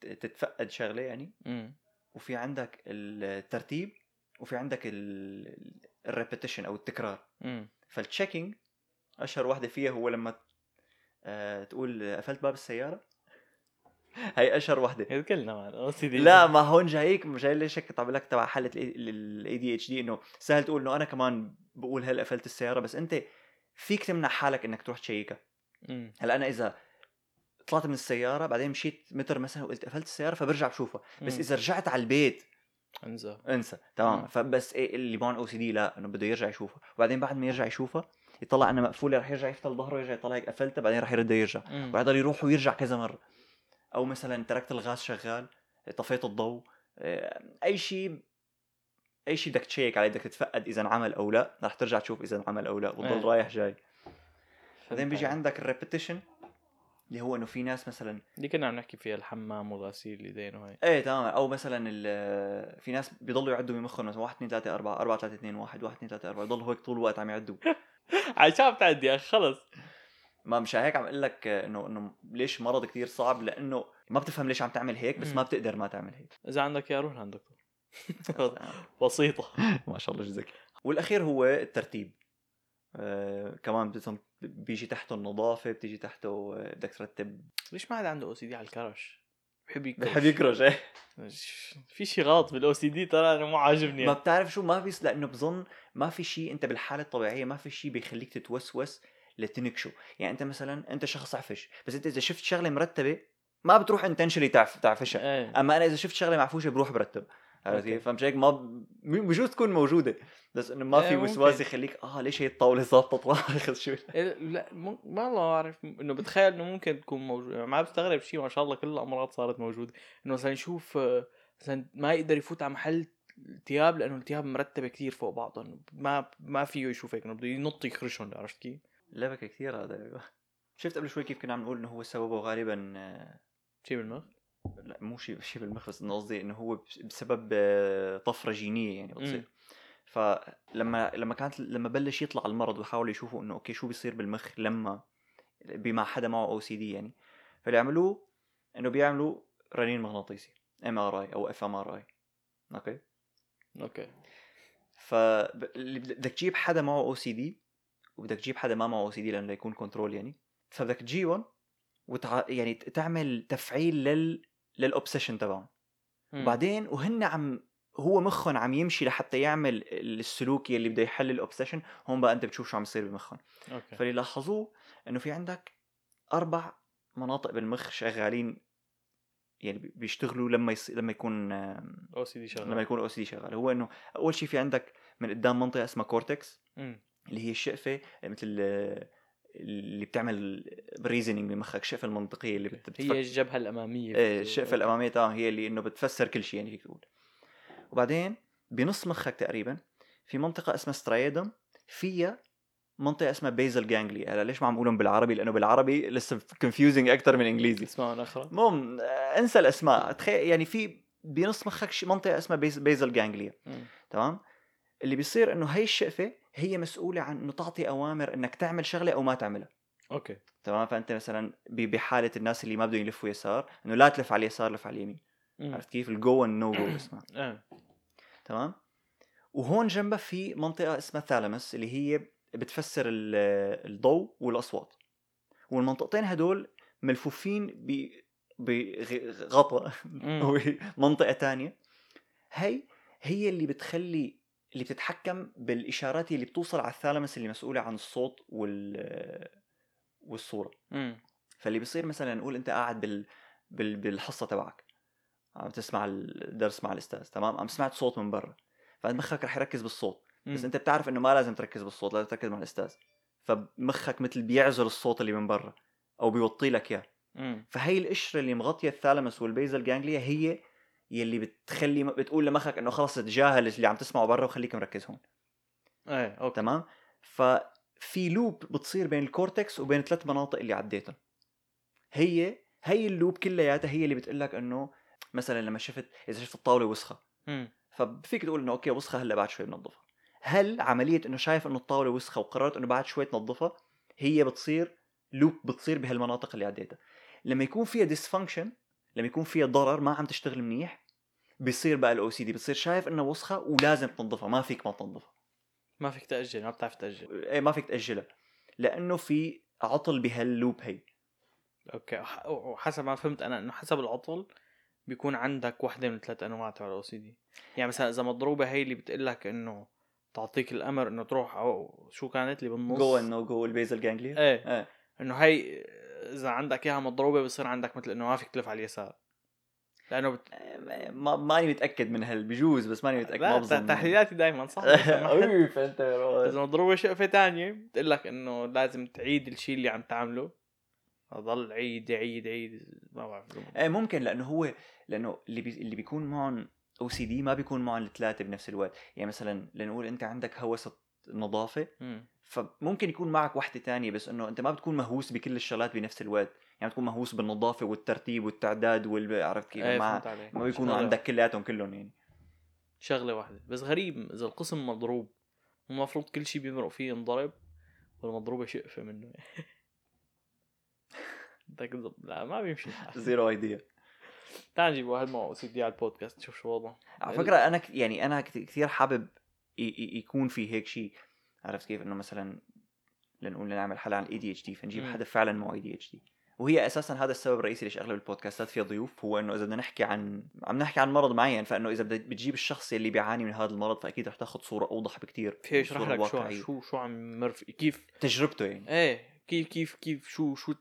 [SPEAKER 2] تتفقد شغله يعني
[SPEAKER 1] امم
[SPEAKER 2] وفي عندك الترتيب وفي عندك الريبيتيشن او التكرار
[SPEAKER 1] امم
[SPEAKER 2] فالتشيكينج اشهر واحده فيها هو لما آه، تقول قفلت باب السياره هي اشهر واحده
[SPEAKER 1] يذكرنا معنا سيدي
[SPEAKER 2] لا ما هون جايك مش جاي ليش هيك كنت عم بقول لك تبع حاله الاي دي اتش دي انه سهل تقول انه انا كمان بقول هل قفلت السياره بس انت فيك تمنع حالك انك تروح تشيكها
[SPEAKER 1] امم
[SPEAKER 2] هلا انا اذا طلعت من السياره بعدين مشيت متر مثلا وقلت قفلت السياره فبرجع بشوفها بس اذا رجعت على البيت
[SPEAKER 1] انزل
[SPEAKER 2] انسى
[SPEAKER 1] مم.
[SPEAKER 2] تمام فبس إيه اللي معهم او سي دي لا انه بده يرجع يشوفها وبعدين بعد ما يرجع يشوفها يطلع انها مقفوله رح يرجع يفتح ظهره يرجع يطلع هيك قفلتها بعدين رح يرد يرجع ويضل يروح ويرجع كذا مره او مثلا تركت الغاز شغال طفيت الضوء آه، اي شيء اي شيء بدك تشيك عليه بدك تتفقد اذا انعمل او لا رح ترجع تشوف اذا انعمل او لا وتضل
[SPEAKER 1] إيه.
[SPEAKER 2] رايح جاي بعدين بيجي عندك الريبيتيشن اللي هو انه في ناس مثلا
[SPEAKER 1] اللي كنا عم نحكي فيها الحمام وغسيل الايدين وهي
[SPEAKER 2] ايه تمام او مثلا ال- في ناس بيضلوا يعدوا بمخهم مثلا 1 2 3 4 4 3 2 1 1 2 3 4 يضلوا هيك طول الوقت عم يعدوا
[SPEAKER 1] عشان بتعدي يا أخي، خلص
[SPEAKER 2] ما مش هيك عم اقول لك انه انه ليش مرض كتير صعب لانه ما بتفهم ليش عم تعمل هيك بس
[SPEAKER 1] مم.
[SPEAKER 2] ما بتقدر ما تعمل هيك
[SPEAKER 1] اذا عندك يا روح لعند دكتور بسيطة
[SPEAKER 2] ما شاء الله شو ذكي والاخير هو الترتيب آه كمان بتم- بيجي تحته النظافه بتيجي تحته آه، بدك ترتب
[SPEAKER 1] ليش ما حدا عنده او سي دي على الكرش؟ بحب يكرش
[SPEAKER 2] بحب يكرش ايه
[SPEAKER 1] في شي غلط بالاو سي دي ترى انا مو عاجبني إيه.
[SPEAKER 2] ما بتعرف شو ما بيس لانه بظن ما في شيء انت بالحاله الطبيعيه ما في شيء بيخليك تتوسوس لتنكشه يعني انت مثلا انت شخص عفش بس انت اذا شفت شغله مرتبه ما بتروح انتنشلي تعف تعفشها
[SPEAKER 1] ايه
[SPEAKER 2] اما انا اذا شفت شغله معفوشه بروح برتب عرفت
[SPEAKER 1] أوكي.
[SPEAKER 2] كيف؟ فمش هيك ما ب- م- بجوز تكون موجوده بس انه ما
[SPEAKER 1] إيه،
[SPEAKER 2] في
[SPEAKER 1] ممكن.
[SPEAKER 2] وسواس يخليك اه ليش هي الطاوله ظابطه طراخ شو
[SPEAKER 1] إيه، لا مم- ما الله اعرف انه بتخيل انه ممكن تكون موجوده ما بستغرب شيء ما شاء الله كل الامراض صارت موجوده انه مثلا يشوف آه، مثلا ما يقدر يفوت على محل التياب لانه التياب مرتبه كثير فوق بعضهم ما ما فيه يشوف هيك انه بده ينط يخرشهم عرفت كيف؟
[SPEAKER 2] لبكه كثير هذا شفت قبل شوي كيف كنا عم نقول انه هو سببه غالبا آه،
[SPEAKER 1] شيء بالمخ
[SPEAKER 2] لا مو شيء شيء بالمخ بس انه قصدي انه هو بس- بسبب آه، طفره جينيه يعني بتصير
[SPEAKER 1] مم.
[SPEAKER 2] فلما لما كانت لما بلش يطلع المرض وحاولوا يشوفوا انه اوكي شو بيصير بالمخ لما بما حدا معه او سي دي يعني فاللي عملوه انه بيعملوا رنين مغناطيسي ام ار اي او اف ام ار اي اوكي
[SPEAKER 1] اوكي
[SPEAKER 2] فبدك تجيب حدا معه او سي دي وبدك تجيب حدا ما معه او سي دي لانه يكون كنترول يعني فبدك تجيبهم وتع... يعني تعمل تفعيل لل للاوبسيشن تبعهم
[SPEAKER 1] إمم.
[SPEAKER 2] وبعدين وهن عم هو مخهم عم يمشي لحتى يعمل السلوك يلي بده يحل الاوبسيشن هون بقى انت بتشوف شو عم يصير بمخهم
[SPEAKER 1] اوكي
[SPEAKER 2] فاللي لاحظوه انه في عندك اربع مناطق بالمخ شغالين يعني بي- بيشتغلوا لما يص... لما يكون آم،
[SPEAKER 1] او سي دي
[SPEAKER 2] لما
[SPEAKER 1] شغال
[SPEAKER 2] يكون الاو سي دي شغال هو انه اول شيء في عندك من قدام منطقه اسمها كورتكس
[SPEAKER 1] مم.
[SPEAKER 2] اللي هي الشقفه مثل آه، اللي بتعمل ريزنينج بمخك الشقفه المنطقيه اللي بت...
[SPEAKER 1] هي الجبهه الاماميه
[SPEAKER 2] ايه الشقفه الاماميه تمام هي اللي انه بتفسر كل شيء يعني هيك تقول وبعدين بنص مخك تقريبا في منطقه اسمها سترايدم فيها منطقه اسمها بيزل جانجلي هلا ليش ما عم اقولهم بالعربي لانه بالعربي لسه كونفيوزنج اكثر من انجليزي
[SPEAKER 1] اسمها اخرى
[SPEAKER 2] المهم آه، انسى الاسماء تخيل يعني في بنص مخك ش- منطقه اسمها بيزل جانجليا
[SPEAKER 1] مم.
[SPEAKER 2] تمام اللي بيصير انه هي الشقفه هي مسؤوله عن انه تعطي اوامر انك تعمل شغله او ما تعملها
[SPEAKER 1] اوكي
[SPEAKER 2] تمام فانت مثلا ب- بحاله الناس اللي ما بدهم يلفوا يسار انه لا تلف على اليسار لف على اليمين
[SPEAKER 1] مم.
[SPEAKER 2] عرفت كيف الجو والنو جو اسمها
[SPEAKER 1] ايه
[SPEAKER 2] تمام وهون جنبها في منطقه اسمها ثالامس اللي هي بتفسر ال- الضوء والاصوات والمنطقتين هدول ملفوفين ب بغطاء
[SPEAKER 1] مم.
[SPEAKER 2] او منطقه تانية هي هي اللي بتخلي اللي بتتحكم بالاشارات اللي بتوصل على الثالامس اللي مسؤوله عن الصوت وال والصوره
[SPEAKER 1] مم.
[SPEAKER 2] فاللي بيصير مثلا نقول انت قاعد بال... بال... بالحصه تبعك عم تسمع الدرس مع الاستاذ تمام عم سمعت صوت من برا فمخك رح يركز بالصوت بس
[SPEAKER 1] مم.
[SPEAKER 2] انت بتعرف انه ما لازم تركز بالصوت لازم تركز مع الاستاذ فمخك مثل بيعزل الصوت اللي من برا او بيوطي لك اياه
[SPEAKER 1] مم.
[SPEAKER 2] فهي القشره اللي مغطيه الثالامس والبيزل جانجليا هي يلي بتخلي بتقول لمخك انه خلص تجاهل اللي عم تسمعه برا وخليك مركز هون
[SPEAKER 1] ايه اوكي
[SPEAKER 2] تمام ففي لوب بتصير بين الكورتكس وبين ثلاث مناطق اللي عديتهم هي هي اللوب كلياتها هي اللي بتقول لك انه مثلا لما شفت اذا شفت الطاوله وسخه
[SPEAKER 1] مم.
[SPEAKER 2] ففيك تقول انه اوكي وسخه هلا بعد شوي بنظفها هل عمليه انه شايف انه الطاوله وسخه وقررت انه بعد شوي تنظفها هي بتصير لوب بتصير بهالمناطق اللي عديتها لما يكون فيها ديسفانكشن لما يكون فيها ضرر ما عم تشتغل منيح بيصير بقى الاو سي دي بتصير شايف انه وسخه ولازم تنظفها ما فيك ما تنظفها
[SPEAKER 1] ما فيك تاجل ما بتعرف تاجل
[SPEAKER 2] ايه ما فيك تاجلها لانه في عطل بهاللوب هي
[SPEAKER 1] اوكي وح- وحسب ما فهمت انا انه حسب العطل بيكون عندك وحده من ثلاث انواع تبع الاو سي دي يعني مثلا اذا مضروبه هي اللي بتقول لك انه تعطيك الامر انه تروح او شو كانت اللي بالنص
[SPEAKER 2] جو نو جو البيزل جانجليا
[SPEAKER 1] ايه
[SPEAKER 2] ايه
[SPEAKER 1] انه هي اذا عندك اياها مضروبه بصير عندك مثل انه ما فيك تلف على اليسار لانه بت...
[SPEAKER 2] ما ماني متاكد من هال بجوز بس ماني متاكد ما
[SPEAKER 1] لا
[SPEAKER 2] بظن
[SPEAKER 1] تحليلاتي دائما صح
[SPEAKER 2] أوي، فهمت يا روز.
[SPEAKER 1] اذا مضروبه شقفه تانية بتقول لك انه لازم تعيد الشيء اللي عم تعمله اضل عيد عيد عيد ما بعرف
[SPEAKER 2] ايه ممكن لانه هو لانه اللي بي... اللي بيكون معهم او سي دي ما بيكون معهم الثلاثه بنفس الوقت يعني مثلا لنقول انت عندك هوس النظافه
[SPEAKER 1] مم.
[SPEAKER 2] فممكن يكون معك وحده تانية بس انه انت ما بتكون مهووس بكل الشغلات بنفس الوقت يعني بتكون مهووس بالنظافه والترتيب والتعداد وال عرفت كيف
[SPEAKER 1] ايه
[SPEAKER 2] ما
[SPEAKER 1] فهمت عليك
[SPEAKER 2] ما بيكونوا
[SPEAKER 1] شغلة-
[SPEAKER 2] عندك كلياتهم كلهم يعني
[SPEAKER 1] شغله واحده بس غريب اذا القسم مضروب المفروض كل شيء بيمرق فيه ينضرب والمضروبه شقفه منه بدك تضب- لا ما بيمشي الحال.
[SPEAKER 2] زيرو ايديا
[SPEAKER 1] تعال نجيب واحد معه سي دي على البودكاست نشوف شو وضعه
[SPEAKER 2] على فكره انا ك- يعني انا كت- كثير حابب ي- ي- يكون في هيك شيء عرفت كيف انه مثلا لنقول نعمل حلقه عن الاي دي اتش دي فنجيب
[SPEAKER 1] مم.
[SPEAKER 2] حدا فعلا معه اي دي اتش دي وهي اساسا هذا السبب الرئيسي ليش اغلب البودكاستات فيها ضيوف هو انه اذا بدنا نحكي عن عم نحكي عن مرض معين فانه اذا بدك بتجيب الشخص اللي بيعاني من هذا المرض فاكيد رح تاخذ صوره اوضح بكثير
[SPEAKER 1] في يشرح
[SPEAKER 2] وصورة
[SPEAKER 1] لك شو عم-
[SPEAKER 2] واقعية.
[SPEAKER 1] شو شو عم يمر في- كيف
[SPEAKER 2] تجربته يعني
[SPEAKER 1] ايه كيف كيف كيف شو شو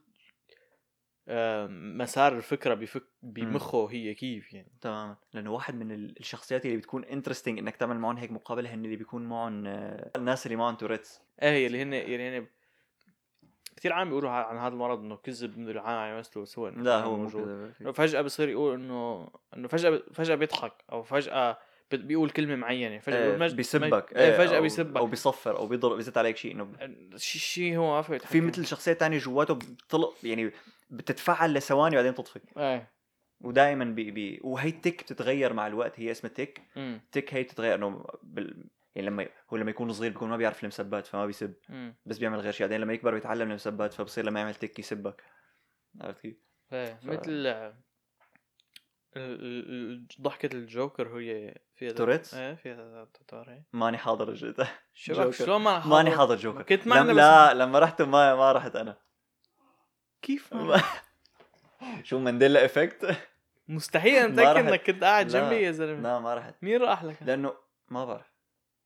[SPEAKER 1] آم، مسار الفكره بفك بمخه هي كيف يعني
[SPEAKER 2] تماما لانه واحد من ال- الشخصيات اللي بتكون انترستنج انك تعمل معهم هيك مقابله هن اللي بيكون معهم آه، الناس اللي معهم توريتس
[SPEAKER 1] ايه اللي هن اللي هن كثير عم بيقولوا ع- عن هذا المرض انه كذب مدري عام يمثلوا سوى إنه
[SPEAKER 2] لا هو
[SPEAKER 1] موجود.
[SPEAKER 2] موجود
[SPEAKER 1] إنه فجأة بصير يقول انه انه فجأة فجأة بيضحك او فجأة بت- بيقول كلمة معينة فجأة
[SPEAKER 2] آه،
[SPEAKER 1] بيقول مجد
[SPEAKER 2] بيسبك
[SPEAKER 1] مجد- ايه
[SPEAKER 2] آه،
[SPEAKER 1] فجأة
[SPEAKER 2] أو-
[SPEAKER 1] بيسبك
[SPEAKER 2] او بيصفر او بيضرب بيزت عليك شيء انه
[SPEAKER 1] شيء شيء هو ما فيه
[SPEAKER 2] في مثل شخصيه تانية جواته بتطلق يعني بتتفعل لثواني وبعدين تطفي
[SPEAKER 1] ايه
[SPEAKER 2] ودائما بي بي وهي التك بتتغير مع الوقت هي اسمها تك
[SPEAKER 1] امم
[SPEAKER 2] تك هي بتتغير انه بال... يعني لما هو لما يكون صغير بيكون ما بيعرف المسبات فما بيسب
[SPEAKER 1] امم
[SPEAKER 2] بس بيعمل غير شيء بعدين لما يكبر بيتعلم المسبات فبصير لما يعمل تك يسبك عرفت كيف؟
[SPEAKER 1] ايه
[SPEAKER 2] ف-
[SPEAKER 1] مثل آه، ال- ال- ال- ضحكة الجوكر هي فيها
[SPEAKER 2] توريتس؟
[SPEAKER 1] ايه فيها تطور ايه
[SPEAKER 2] ماني حاضر الجد
[SPEAKER 1] شبك
[SPEAKER 2] جوكر.
[SPEAKER 1] شلون ما
[SPEAKER 2] ماني حاضر جوكر
[SPEAKER 1] آه، كنت معنا بس-
[SPEAKER 2] لم... لا لما رحت ما ما رحت انا
[SPEAKER 1] كيف
[SPEAKER 2] شو مانديلا افكت؟
[SPEAKER 1] مستحيل انا
[SPEAKER 2] ما
[SPEAKER 1] متأكد
[SPEAKER 2] رحت.
[SPEAKER 1] انك كنت قاعد
[SPEAKER 2] لا.
[SPEAKER 1] جنبي يا زلمة
[SPEAKER 2] لا ما رحت
[SPEAKER 1] مين راح لك؟
[SPEAKER 2] لانه ما بعرف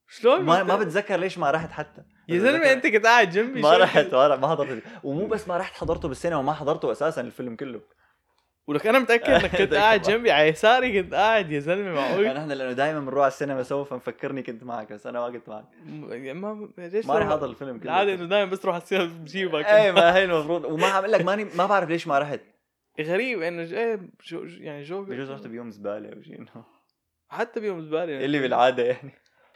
[SPEAKER 1] شلون
[SPEAKER 2] ما, ما
[SPEAKER 1] بت-
[SPEAKER 2] بتذكر ليش ما رحت حتى
[SPEAKER 1] طيب، يا زلمة انت كنت قاعد جنبي
[SPEAKER 2] ما
[SPEAKER 1] شو-
[SPEAKER 2] رحت ما رحت ما حضرت ومو بس ما رحت حضرته بالسينما وما حضرته اساسا الفيلم كله
[SPEAKER 1] ولك انا متاكد انك كنت قاعد جنبي على يساري كنت قاعد يا زلمه معقول
[SPEAKER 2] انا احنا لانه دائما بنروح على السينما سوا فمفكرني كنت معك بس انا ما كنت معك
[SPEAKER 1] م- يعني ما ليش
[SPEAKER 2] ماني
[SPEAKER 1] ما-
[SPEAKER 2] حاضر الفيلم كله
[SPEAKER 1] العاده انه دائما بس تروح على السيارة بجيبك
[SPEAKER 2] ايه ما هي المفروض وما عم اقول لك ماني ما بعرف ليش ما رحت
[SPEAKER 1] غريب انه ج- ايه جو جو- يعني جو
[SPEAKER 2] بجوز رحت بيوم زباله او شيء إنه
[SPEAKER 1] حتى بيوم زباله
[SPEAKER 2] اللي بالعاده يعني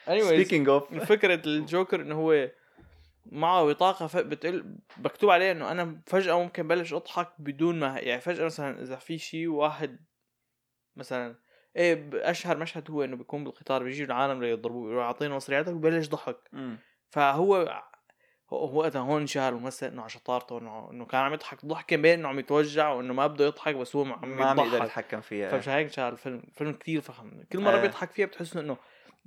[SPEAKER 1] anyway
[SPEAKER 2] سبيكينج اوف
[SPEAKER 1] فكره الجوكر انه هو معه بطاقة ف- بتقول مكتوب عليه انه انا فجأة ممكن بلش اضحك بدون ما يعني فجأة مثلا اذا في شيء واحد مثلا ايه ب- اشهر مشهد هو انه بيكون بالقطار بيجي العالم ليضربوه بيقولوا اعطينا مصرياتك وبلش ضحك فهو وقتها هون انشهر الممثل انه على شطارته انه انه كان عم يضحك ضحكه بين انه عم يتوجع وانه ما بده يضحك بس هو عم
[SPEAKER 2] ما عم يقدر
[SPEAKER 1] يضحك
[SPEAKER 2] يتحكم فيها
[SPEAKER 1] فمش هيك انشهر الفيلم الفيلم كثير فخم كل مره
[SPEAKER 2] آه.
[SPEAKER 1] بيضحك فيها بتحس انه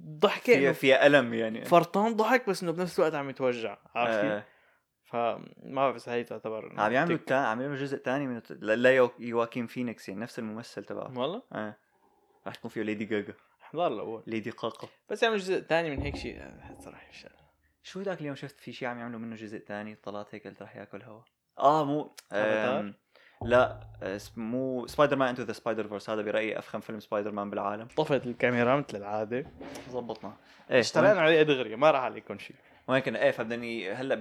[SPEAKER 1] ضحكه
[SPEAKER 2] فيها
[SPEAKER 1] إنه
[SPEAKER 2] فيها الم يعني
[SPEAKER 1] فرطان ضحك بس انه بنفس الوقت عم يتوجع عرفتي
[SPEAKER 2] آه.
[SPEAKER 1] فما بعرف اذا هي تعتبر إنه
[SPEAKER 2] عم يعملوا
[SPEAKER 1] تك-
[SPEAKER 2] تا- عم يعملوا جزء ثاني من الت- لا لا يو- يواكين فينيكس يعني نفس الممثل تبعه
[SPEAKER 1] والله
[SPEAKER 2] اه رح تكون فيه ليدي جاجا
[SPEAKER 1] احضر الاول
[SPEAKER 2] ليدي قاقا
[SPEAKER 1] بس يعملوا جزء ثاني من هيك شيء يعني صراحه مش
[SPEAKER 2] شو ذاك اليوم شفت في شيء عم يعملوا منه جزء ثاني طلعت هيك قلت رح ياكل هوا اه مو
[SPEAKER 1] أفاتار؟
[SPEAKER 2] آم، لا آه، اسم- مو سبايدر مان انتو ذا سبايدر فيرس هذا برايي افخم فيلم سبايدر مان بالعالم
[SPEAKER 1] طفت الكاميرا مثل العاده
[SPEAKER 2] إيه، زبطنا ايه
[SPEAKER 1] اشتغلنا عليه دغري ما راح عليكم شيء
[SPEAKER 2] وين كنا ايه فبدني هلا ب...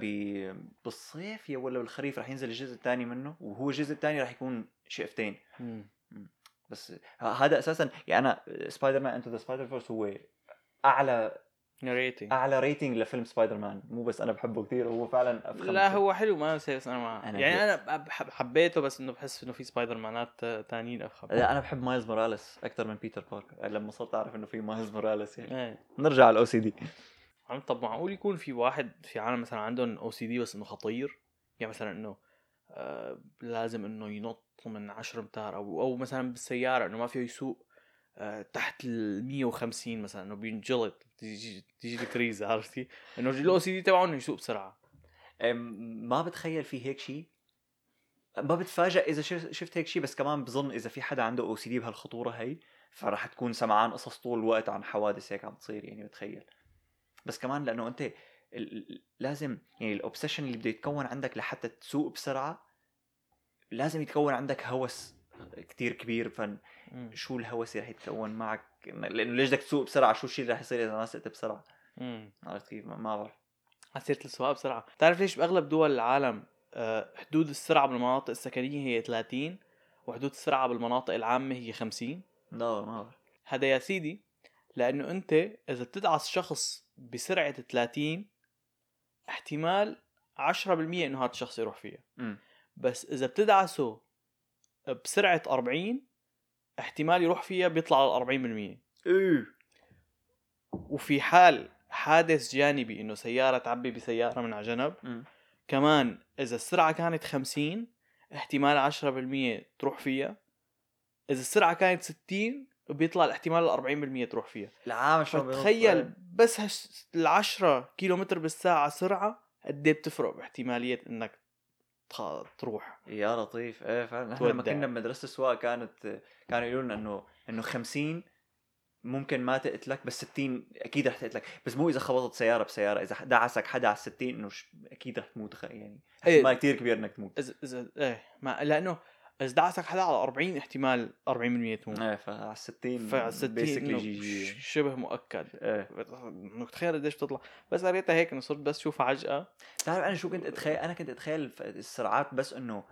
[SPEAKER 2] بالصيف يا ولا بالخريف رح ينزل الجزء الثاني منه وهو الجزء الثاني رح يكون شقفتين بس ه- هذا اساسا يعني انا سبايدر مان انتو ذا سبايدر فيرس هو اعلى
[SPEAKER 1] ريتنج
[SPEAKER 2] اعلى ريتنج لفيلم سبايدر مان مو بس انا بحبه كثير هو فعلا افخم
[SPEAKER 1] لا
[SPEAKER 2] فيلم.
[SPEAKER 1] هو حلو ما بنسى بس انا ما
[SPEAKER 2] أنا
[SPEAKER 1] يعني
[SPEAKER 2] بي-
[SPEAKER 1] انا بحب- حبيته بس انه بحس انه في سبايدر مانات تانيين افخم
[SPEAKER 2] لا انا بحب مايلز موراليس اكثر من بيتر باركر لما صرت اعرف انه في مايلز موراليس يعني
[SPEAKER 1] ايه
[SPEAKER 2] نرجع على الاو سي دي
[SPEAKER 1] عم طب معقول يكون في واحد في عالم مثلا عندهم او سي دي بس انه خطير يعني مثلا انه آه لازم انه ينط من 10 امتار او او مثلا بالسياره انه ما فيه يسوق آه تحت ال 150 مثلا انه بينجلط تيجي تيجي الكريز عرفتي انه الاو سي دي تبعه انه يسوق بسرعه
[SPEAKER 2] ما بتخيل في هيك شيء ما بتفاجئ اذا شف- شفت هيك شيء بس كمان بظن اذا في حدا عنده او سي دي بهالخطوره هي فراح تكون سمعان قصص طول الوقت عن حوادث هيك عم تصير يعني بتخيل بس كمان لانه انت ال- ال- لازم يعني الاوبسيشن اللي بده يتكون عندك لحتى تسوق بسرعه لازم يتكون عندك هوس كتير كبير فن
[SPEAKER 1] مم.
[SPEAKER 2] شو الهوس اللي رح يتكون معك لانه ليش بدك تسوق بسرعه شو الشيء اللي رح يصير اذا ما سقت بسرعه
[SPEAKER 1] مم.
[SPEAKER 2] عرفت كيف ما- ما بعرف
[SPEAKER 1] على سيره السواقه بسرعه بتعرف ليش باغلب دول العالم آه، حدود السرعه بالمناطق السكنيه هي 30 وحدود السرعه بالمناطق العامه هي 50
[SPEAKER 2] لا ما بعرف
[SPEAKER 1] هذا يا سيدي لانه انت اذا بتدعس شخص بسرعه 30 احتمال 10% انه هذا الشخص يروح فيها
[SPEAKER 2] أمم.
[SPEAKER 1] بس اذا بتدعسه بسرعه 40 احتمال يروح فيها بيطلع على 40%
[SPEAKER 2] ايه
[SPEAKER 1] وفي حال حادث جانبي انه سياره تعبي بسياره من على جنب
[SPEAKER 2] أمم.
[SPEAKER 1] كمان اذا السرعه كانت 50 احتمال 10% تروح فيها اذا السرعه كانت 60 بيطلع الاحتمال 40% تروح فيها
[SPEAKER 2] العام شو بينط- طيب.
[SPEAKER 1] فتخيل بس هالش- العشرة كيلو متر بالساعة سرعة قد ايه بتفرق باحتمالية انك تخ- تروح
[SPEAKER 2] يا لطيف ايه فعلا نحن لما
[SPEAKER 1] تودع.
[SPEAKER 2] كنا بمدرسه السواقه كانت كانوا يقولوا لنا انه انه 50 ممكن ما تقتلك بس 60 اكيد رح تقتلك بس مو اذا خبطت سياره بسياره اذا دعسك حدا على 60 انه ش- اكيد رح تموت خ- يعني
[SPEAKER 1] إيه.
[SPEAKER 2] ما كثير كبير انك تموت
[SPEAKER 1] اذا اذا ايه ما لانه اذا دعسك حدا على 40 احتمال 40% تموت
[SPEAKER 2] ايه فعلى 60
[SPEAKER 1] فعلى 60
[SPEAKER 2] بيسكلي
[SPEAKER 1] إنه
[SPEAKER 2] جي جي
[SPEAKER 1] ش- شبه مؤكد
[SPEAKER 2] ايه
[SPEAKER 1] انه تخيل قديش بتطلع بس قريتها هيك انه صرت بس شوف عجقه
[SPEAKER 2] بتعرف انا شو كنت اتخيل انا كنت اتخيل ف- السرعات بس انه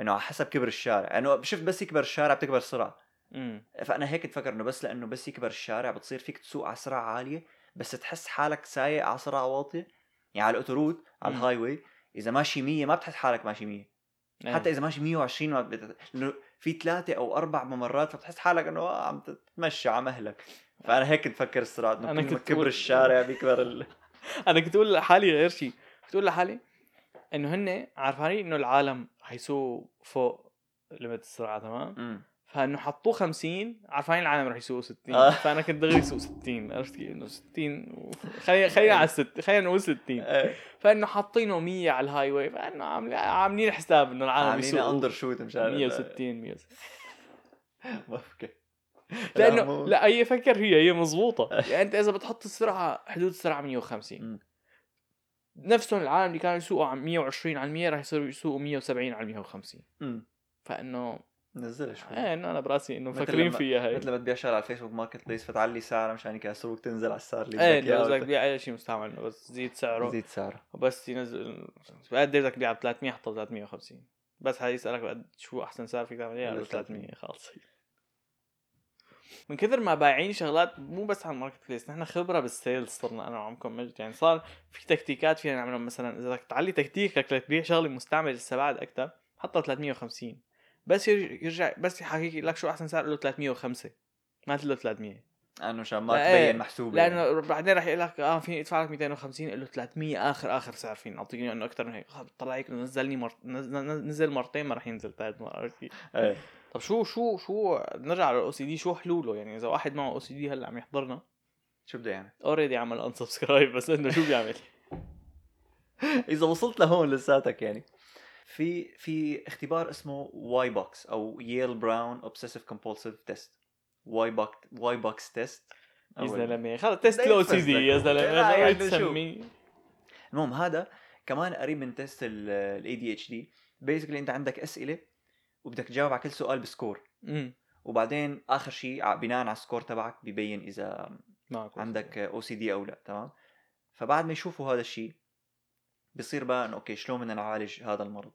[SPEAKER 2] انه على حسب كبر الشارع انه شفت بس يكبر الشارع بتكبر السرعه
[SPEAKER 1] امم
[SPEAKER 2] فانا هيك بفكر انه بس لانه بس يكبر الشارع بتصير فيك تسوق على سرعه عاليه بس تحس حالك سايق على سرعه واطيه يعني على الاوتورود على
[SPEAKER 1] مم.
[SPEAKER 2] الهاي واي اذا ماشي 100 ما بتحس حالك ماشي 100
[SPEAKER 1] إيه.
[SPEAKER 2] حتى اذا ماشي 120 ما بت... لانه في ثلاثه او اربع ممرات فبتحس حالك انه آه عم تتمشى على مهلك فانا هيك بفكر السرعات انه
[SPEAKER 1] أنا
[SPEAKER 2] كل ما
[SPEAKER 1] كنت
[SPEAKER 2] كبر
[SPEAKER 1] بقول-
[SPEAKER 2] الشارع بيكبر ال...
[SPEAKER 1] انا كنت اقول لحالي غير شيء كنت اقول لحالي انه هن عارفانين انه العالم حيسوق فوق ليميت السرعه تمام
[SPEAKER 2] مم.
[SPEAKER 1] فانه حطوه 50 عارفين العالم رح يسوقوا 60
[SPEAKER 2] آه.
[SPEAKER 1] فانا كنت دغري اسوق 60 عرفت كيف انه 60 و- خلينا خلينا على 60 خلينا نقول 60
[SPEAKER 2] إيه.
[SPEAKER 1] فانه حاطينه 100 على الهاي واي فانه عامل- عاملين حساب انه العالم
[SPEAKER 2] عاملين
[SPEAKER 1] يسوقوا
[SPEAKER 2] اندر شوت مش عارف
[SPEAKER 1] 160 160
[SPEAKER 2] ما بفكر.
[SPEAKER 1] لانه
[SPEAKER 2] مو- آه.
[SPEAKER 1] لا هي فكر هي هي مزبوطه يعني انت اذا بتحط السرعه حدود السرعه 150
[SPEAKER 2] مم.
[SPEAKER 1] نفسهم العالم اللي كانوا يسوقوا عن 120 على 100 رح يصيروا يسوقوا 170 على 150
[SPEAKER 2] مم.
[SPEAKER 1] فانه
[SPEAKER 2] نزلها شوي
[SPEAKER 1] ايه انه انا براسي انه
[SPEAKER 2] مثل
[SPEAKER 1] مفكرين
[SPEAKER 2] لما-
[SPEAKER 1] فيها هي
[SPEAKER 2] مثل ما تبيع شغله على الفيسبوك ماركت بليس فتعلي سعرها مشان يكسروك تنزل على السعر اللي
[SPEAKER 1] ايه
[SPEAKER 2] بدك إياه
[SPEAKER 1] انه بدك
[SPEAKER 2] وت-
[SPEAKER 1] تبيع اي شيء مستعمل إنه بس زيد سعره
[SPEAKER 2] زيد سعره
[SPEAKER 1] بس ينزل قد ايه بدك تبيع ب 300 حطه ب 350 بس حيسالك بقد شو احسن سعر فيك تعمل اياه
[SPEAKER 2] قال
[SPEAKER 1] قال
[SPEAKER 2] له
[SPEAKER 1] له 300 خلص من كثر ما بايعين شغلات مو بس على الماركت بليس نحن خبره بالسيلز صرنا انا وعمكم مجد يعني صار في تكتيكات فينا نعملها مثلا اذا بدك تعلي تكتيكك لتبيع شغله مستعمل السبعد اكثر حطها 350 بس يرج- يرجع بس يحكيك لك شو احسن سعر قول له 305 ما تقول له 300
[SPEAKER 2] انه مشان ما
[SPEAKER 1] لا، إيه.
[SPEAKER 2] تبين محسوبه يعني.
[SPEAKER 1] لانه بعدين راح يقول لك اه فيني ادفع لك 250 قال له 300 اخر اخر سعر فيني اعطيني إياه، انه اكثر من هيك آه، بتطلع هيك انه نزلني مرت... نز- نز- نزل مرتين ما راح ينزل ثالث مره عرفت كيف؟
[SPEAKER 2] إيه.
[SPEAKER 1] طب شو شو شو نرجع للاو سي دي شو حلوله يعني اذا واحد معه او سي دي هلا عم يحضرنا
[SPEAKER 2] شو بده يعمل؟
[SPEAKER 1] اوريدي عمل انسبسكرايب بس انه شو بيعمل؟
[SPEAKER 2] اذا وصلت لهون لساتك يعني في في اختبار اسمه واي بوكس او ييل براون اوبسيسيف كومبولسيف تيست واي بوك واي بوكس تيست
[SPEAKER 1] يا زلمه خلص تيست
[SPEAKER 2] لا
[SPEAKER 1] الاو سي دي يا
[SPEAKER 2] يفزك. لا،
[SPEAKER 1] زلمه ما
[SPEAKER 2] يعني شو.
[SPEAKER 1] تسميه
[SPEAKER 2] المهم هذا كمان قريب من تيست الاي دي اتش دي بيسكلي انت عندك اسئله وبدك تجاوب على كل سؤال بسكور
[SPEAKER 1] أمم،
[SPEAKER 2] وبعدين اخر شيء ع- بناء على السكور تبعك ببين اذا
[SPEAKER 1] معك
[SPEAKER 2] عندك او سي دي او لا تمام فبعد ما يشوفوا هذا الشيء بصير بقى انه اوكي شلون بدنا نعالج هذا المرض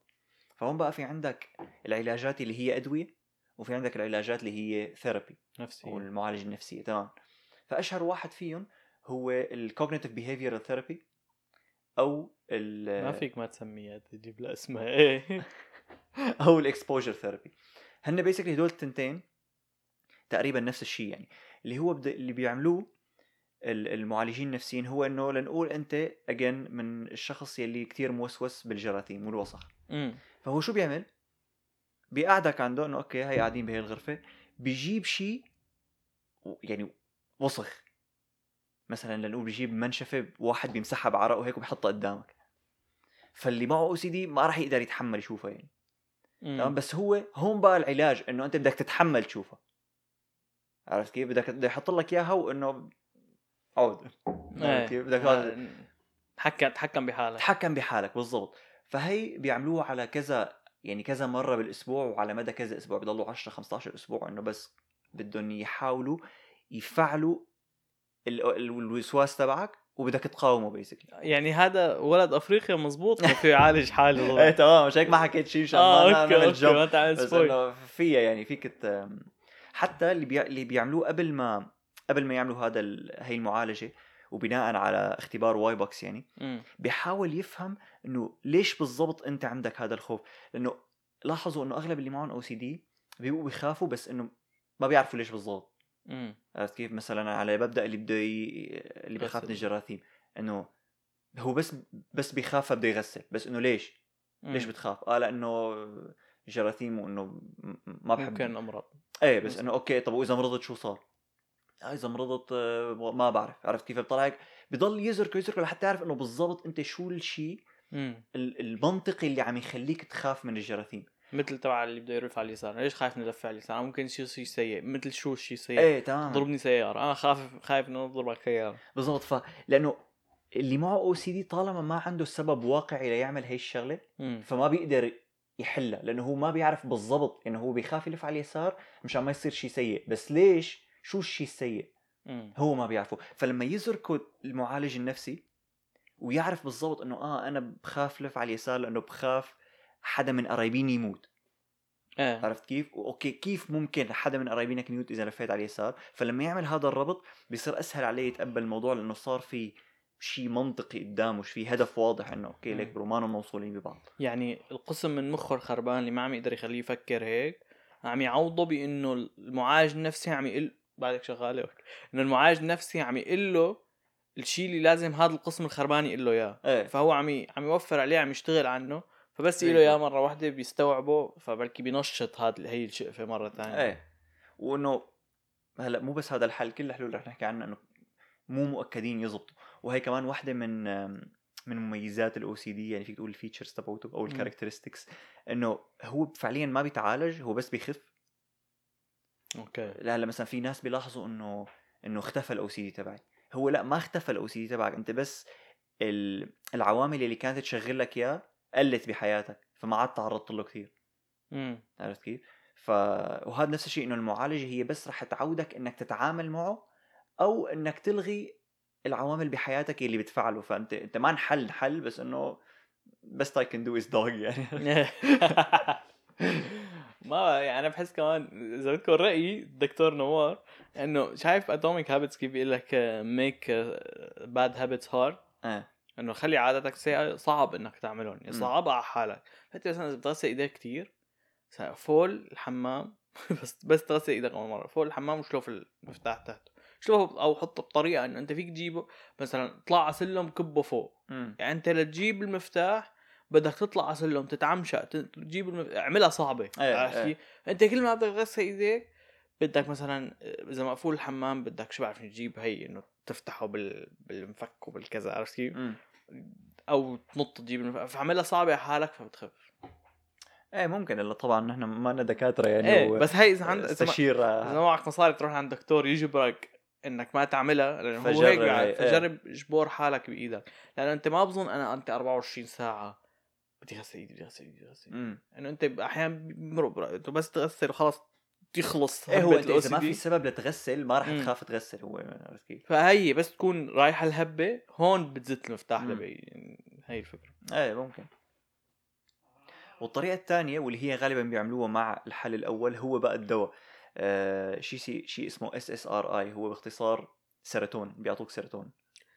[SPEAKER 2] فهون بقى في عندك العلاجات اللي هي ادويه وفي عندك العلاجات اللي هي ثيرابي او
[SPEAKER 1] نفسي
[SPEAKER 2] المعالجه النفسيه تمام فاشهر واحد فيهم هو الكوجنيتيف بيهيفيرال ثيرابي او ال
[SPEAKER 1] ما فيك ما تسميها تجيب لها اسمها ايه
[SPEAKER 2] او الاكسبوجر ثيرابي هن بيسكلي هدول التنتين تقريبا نفس الشيء يعني اللي هو بد... اللي بيعملوه ال- المعالجين النفسيين هو انه لنقول انت اجين من الشخص يلي كتير موسوس بالجراثيم والوسخ
[SPEAKER 1] أمم،
[SPEAKER 2] فهو شو بيعمل بيقعدك عنده انه اوكي هي قاعدين بهي الغرفه بيجيب شيء و- يعني وسخ مثلا لنقول بيجيب منشفه واحد بيمسحها بعرق وهيك وبيحطها قدامك فاللي معه او سي دي ما راح يقدر يتحمل يشوفها يعني
[SPEAKER 1] أمم.
[SPEAKER 2] تمام بس هو هون بقى العلاج انه انت بدك تتحمل تشوفها عرفت كيف بدك بده يحط لك اياها وانه عود
[SPEAKER 1] إيه.
[SPEAKER 2] عرفت كيف بدك هذا-
[SPEAKER 1] آه، تحكم تحكم بحالك
[SPEAKER 2] تحكم بحالك بالضبط فهي بيعملوها على كذا يعني كذا مره بالاسبوع وعلى مدى كذا اسبوع بضلوا 10 15 اسبوع انه بس بدهم يحاولوا يفعلوا ال- ال- الوسواس تبعك وبدك تقاومه بيسكلي
[SPEAKER 1] يعني هذا ولد افريقيا مزبوط كان في يعالج حاله طبعاً.
[SPEAKER 2] ايه تمام مش هيك ما حكيت شيء مشان
[SPEAKER 1] اه
[SPEAKER 2] ما
[SPEAKER 1] اوكي
[SPEAKER 2] نعمل
[SPEAKER 1] اوكي
[SPEAKER 2] جمب
[SPEAKER 1] ما تعمل
[SPEAKER 2] بس
[SPEAKER 1] سبويل
[SPEAKER 2] انه فيها يعني فيك ت... حتى اللي بي... اللي بيعملوه قبل ما قبل ما يعملوا هذا ال... هي المعالجه وبناء على اختبار واي بوكس يعني
[SPEAKER 1] أمم.
[SPEAKER 2] بيحاول يفهم انه ليش بالضبط انت عندك هذا الخوف لانه لاحظوا انه اغلب اللي معهم او سي دي بيبقوا بيخافوا بس انه ما بيعرفوا ليش بالضبط
[SPEAKER 1] أمم.
[SPEAKER 2] عرفت كيف مثلا على مبدا اللي بده ي... اللي بيخاف
[SPEAKER 1] غسل.
[SPEAKER 2] من الجراثيم انه هو بس بس بيخاف فبده يغسل بس انه ليش ليش بتخاف اه لانه جراثيم وانه م- ما بحب
[SPEAKER 1] ممكن امراض
[SPEAKER 2] ايه بس
[SPEAKER 1] بس-
[SPEAKER 2] انه اوكي طب واذا مرضت شو صار؟ آه اذا مرضت آه، ما بعرف عرفت كيف بطلع هيك بضل يزركه يزركه لحتى يعرف انه بالضبط انت شو الشيء
[SPEAKER 1] أمم.
[SPEAKER 2] ال- المنطقي اللي عم يخليك تخاف من الجراثيم
[SPEAKER 1] مثل تبع اللي بده يرف على اليسار ليش خايف نلف على اليسار ممكن شيء شيء سيء مثل شو الشيء سيء
[SPEAKER 2] ايه تمام
[SPEAKER 1] ضربني سيارة انا خايف خايف انه اضربك سيارة
[SPEAKER 2] بالضبط ف لانه اللي معه او سي دي طالما ما عنده سبب واقعي ليعمل هي الشغله
[SPEAKER 1] أمم.
[SPEAKER 2] فما بيقدر يحلها لانه هو ما بيعرف بالضبط انه هو بيخاف يلف على اليسار مشان ما يصير شيء سيء بس ليش شو الشيء السيء
[SPEAKER 1] أمم.
[SPEAKER 2] هو ما بيعرفه فلما يزركوا المعالج النفسي ويعرف بالضبط انه اه انا بخاف لف على اليسار لانه بخاف حدا من قرايبيني يموت
[SPEAKER 1] ايه
[SPEAKER 2] عرفت كيف اوكي كيف ممكن حدا من قرايبينك يموت اذا لفيت على اليسار فلما يعمل هذا الربط بيصير اسهل عليه يتقبل الموضوع لانه صار في شيء منطقي قدامه في هدف واضح انه اوكي
[SPEAKER 1] مم.
[SPEAKER 2] ليك برو ما نحن موصولين ببعض
[SPEAKER 1] يعني القسم من مخه الخربان اللي ما عم يقدر يخليه يفكر هيك عم يعوضه بانه المعالج النفسي عم يقول بعدك شغاله أوكي. انه المعالج النفسي عم يقول له الشيء اللي لازم هذا القسم الخربان يقول له اياه
[SPEAKER 2] ايه
[SPEAKER 1] فهو عم ي... عم يوفر عليه عم يشتغل عنه فبس يقول له اياه مره واحده بيستوعبه فبلكي بينشط هاد هي الشقفه مره ثانيه
[SPEAKER 2] ايه وانه هلا مو بس هذا الحل كل الحلول اللي رح نحكي عنها انه مو مؤكدين يزبطوا وهي كمان واحدة من من مميزات الاو سي دي يعني فيك تقول الفيتشرز تبعته او
[SPEAKER 1] مم.
[SPEAKER 2] الكاركترستكس انه هو فعليا ما بيتعالج هو بس بيخف
[SPEAKER 1] اوكي
[SPEAKER 2] هلا مثلا في ناس بيلاحظوا انه انه اختفى الاو سي دي تبعي هو لا ما اختفى الاو سي دي تبعك انت بس ال- العوامل اللي كانت تشغل لك اياه قلت بحياتك فما عاد تعرضت له كثير
[SPEAKER 1] امم
[SPEAKER 2] عرفت كيف؟ ف وهذا نفس الشيء انه المعالجه هي بس رح تعودك انك تتعامل معه او انك تلغي العوامل بحياتك اللي بتفعله فانت انت ما انحل حل بس انه بس I can do is dog يعني
[SPEAKER 1] ما يعني انا بحس كمان اذا بدكم رايي الدكتور نوار انه شايف اتوميك هابتس كيف بيقول لك آه، ميك باد هابتس هارد
[SPEAKER 2] آه.
[SPEAKER 1] انه خلي عاداتك سيئه صعب انك تعملهم يعني
[SPEAKER 2] مم.
[SPEAKER 1] صعبها على حالك فانت مثلا اذا بتغسل ايديك كثير فول الحمام بس بس تغسل ايدك اول مره فول الحمام وشلوف المفتاح تحته اشربه او حطه بطريقه انه انت فيك تجيبه مثلا اطلع على سلم كبه فوق
[SPEAKER 2] مم.
[SPEAKER 1] يعني انت لتجيب المفتاح بدك تطلع على سلم تتعمشق ت- تجيب المف... اعملها صعبه
[SPEAKER 2] ايه،
[SPEAKER 1] عرفت
[SPEAKER 2] ايه.
[SPEAKER 1] كيف؟ انت كل ما بدك تغسل ايديك بدك مثلا اذا مقفول الحمام بدك شو بعرف تجيب هي انه تفتحه بال... بالمفك وبالكذا عرفت كيف؟
[SPEAKER 2] مم.
[SPEAKER 1] او تنط تجيب المفك فعملها صعبه على حالك فبتخف
[SPEAKER 2] ايه ممكن الا طبعا نحن ما لنا دكاتره يعني
[SPEAKER 1] ايه
[SPEAKER 2] و-
[SPEAKER 1] بس هي اذا عندك اذا ما-
[SPEAKER 2] استشير
[SPEAKER 1] اذا ما معك مصاري تروح عند دكتور يجبرك انك ما تعملها لانه هو
[SPEAKER 2] فجرب
[SPEAKER 1] هيك بيعرف.
[SPEAKER 2] هي- ايه.
[SPEAKER 1] فجرب اجبر حالك بايدك لانه انت ما بظن انا انت 24 ساعه بدي غسل ايدي بدي غسل ايدي بدي غسل ايدي
[SPEAKER 2] مم.
[SPEAKER 1] انه يعني انت احيانا بمرق برق- انت بس تغسل وخلص تخلص
[SPEAKER 2] ايه هو
[SPEAKER 1] هبة
[SPEAKER 2] انت اذا ما
[SPEAKER 1] ال OCD.
[SPEAKER 2] في سبب لتغسل ما راح
[SPEAKER 1] مم.
[SPEAKER 2] تخاف تغسل هو عرفت كيف؟
[SPEAKER 1] فهي بس تكون رايحه الهبه هون بتزت المفتاح
[SPEAKER 2] مم.
[SPEAKER 1] لبي يعني هي الفكره
[SPEAKER 2] ايه ممكن والطريقة الثانية واللي هي غالبا بيعملوها مع الحل الأول هو بقى الدواء آه شيء سي- شيء اسمه اس اس ار اي هو باختصار سيروتون بيعطوك سيروتون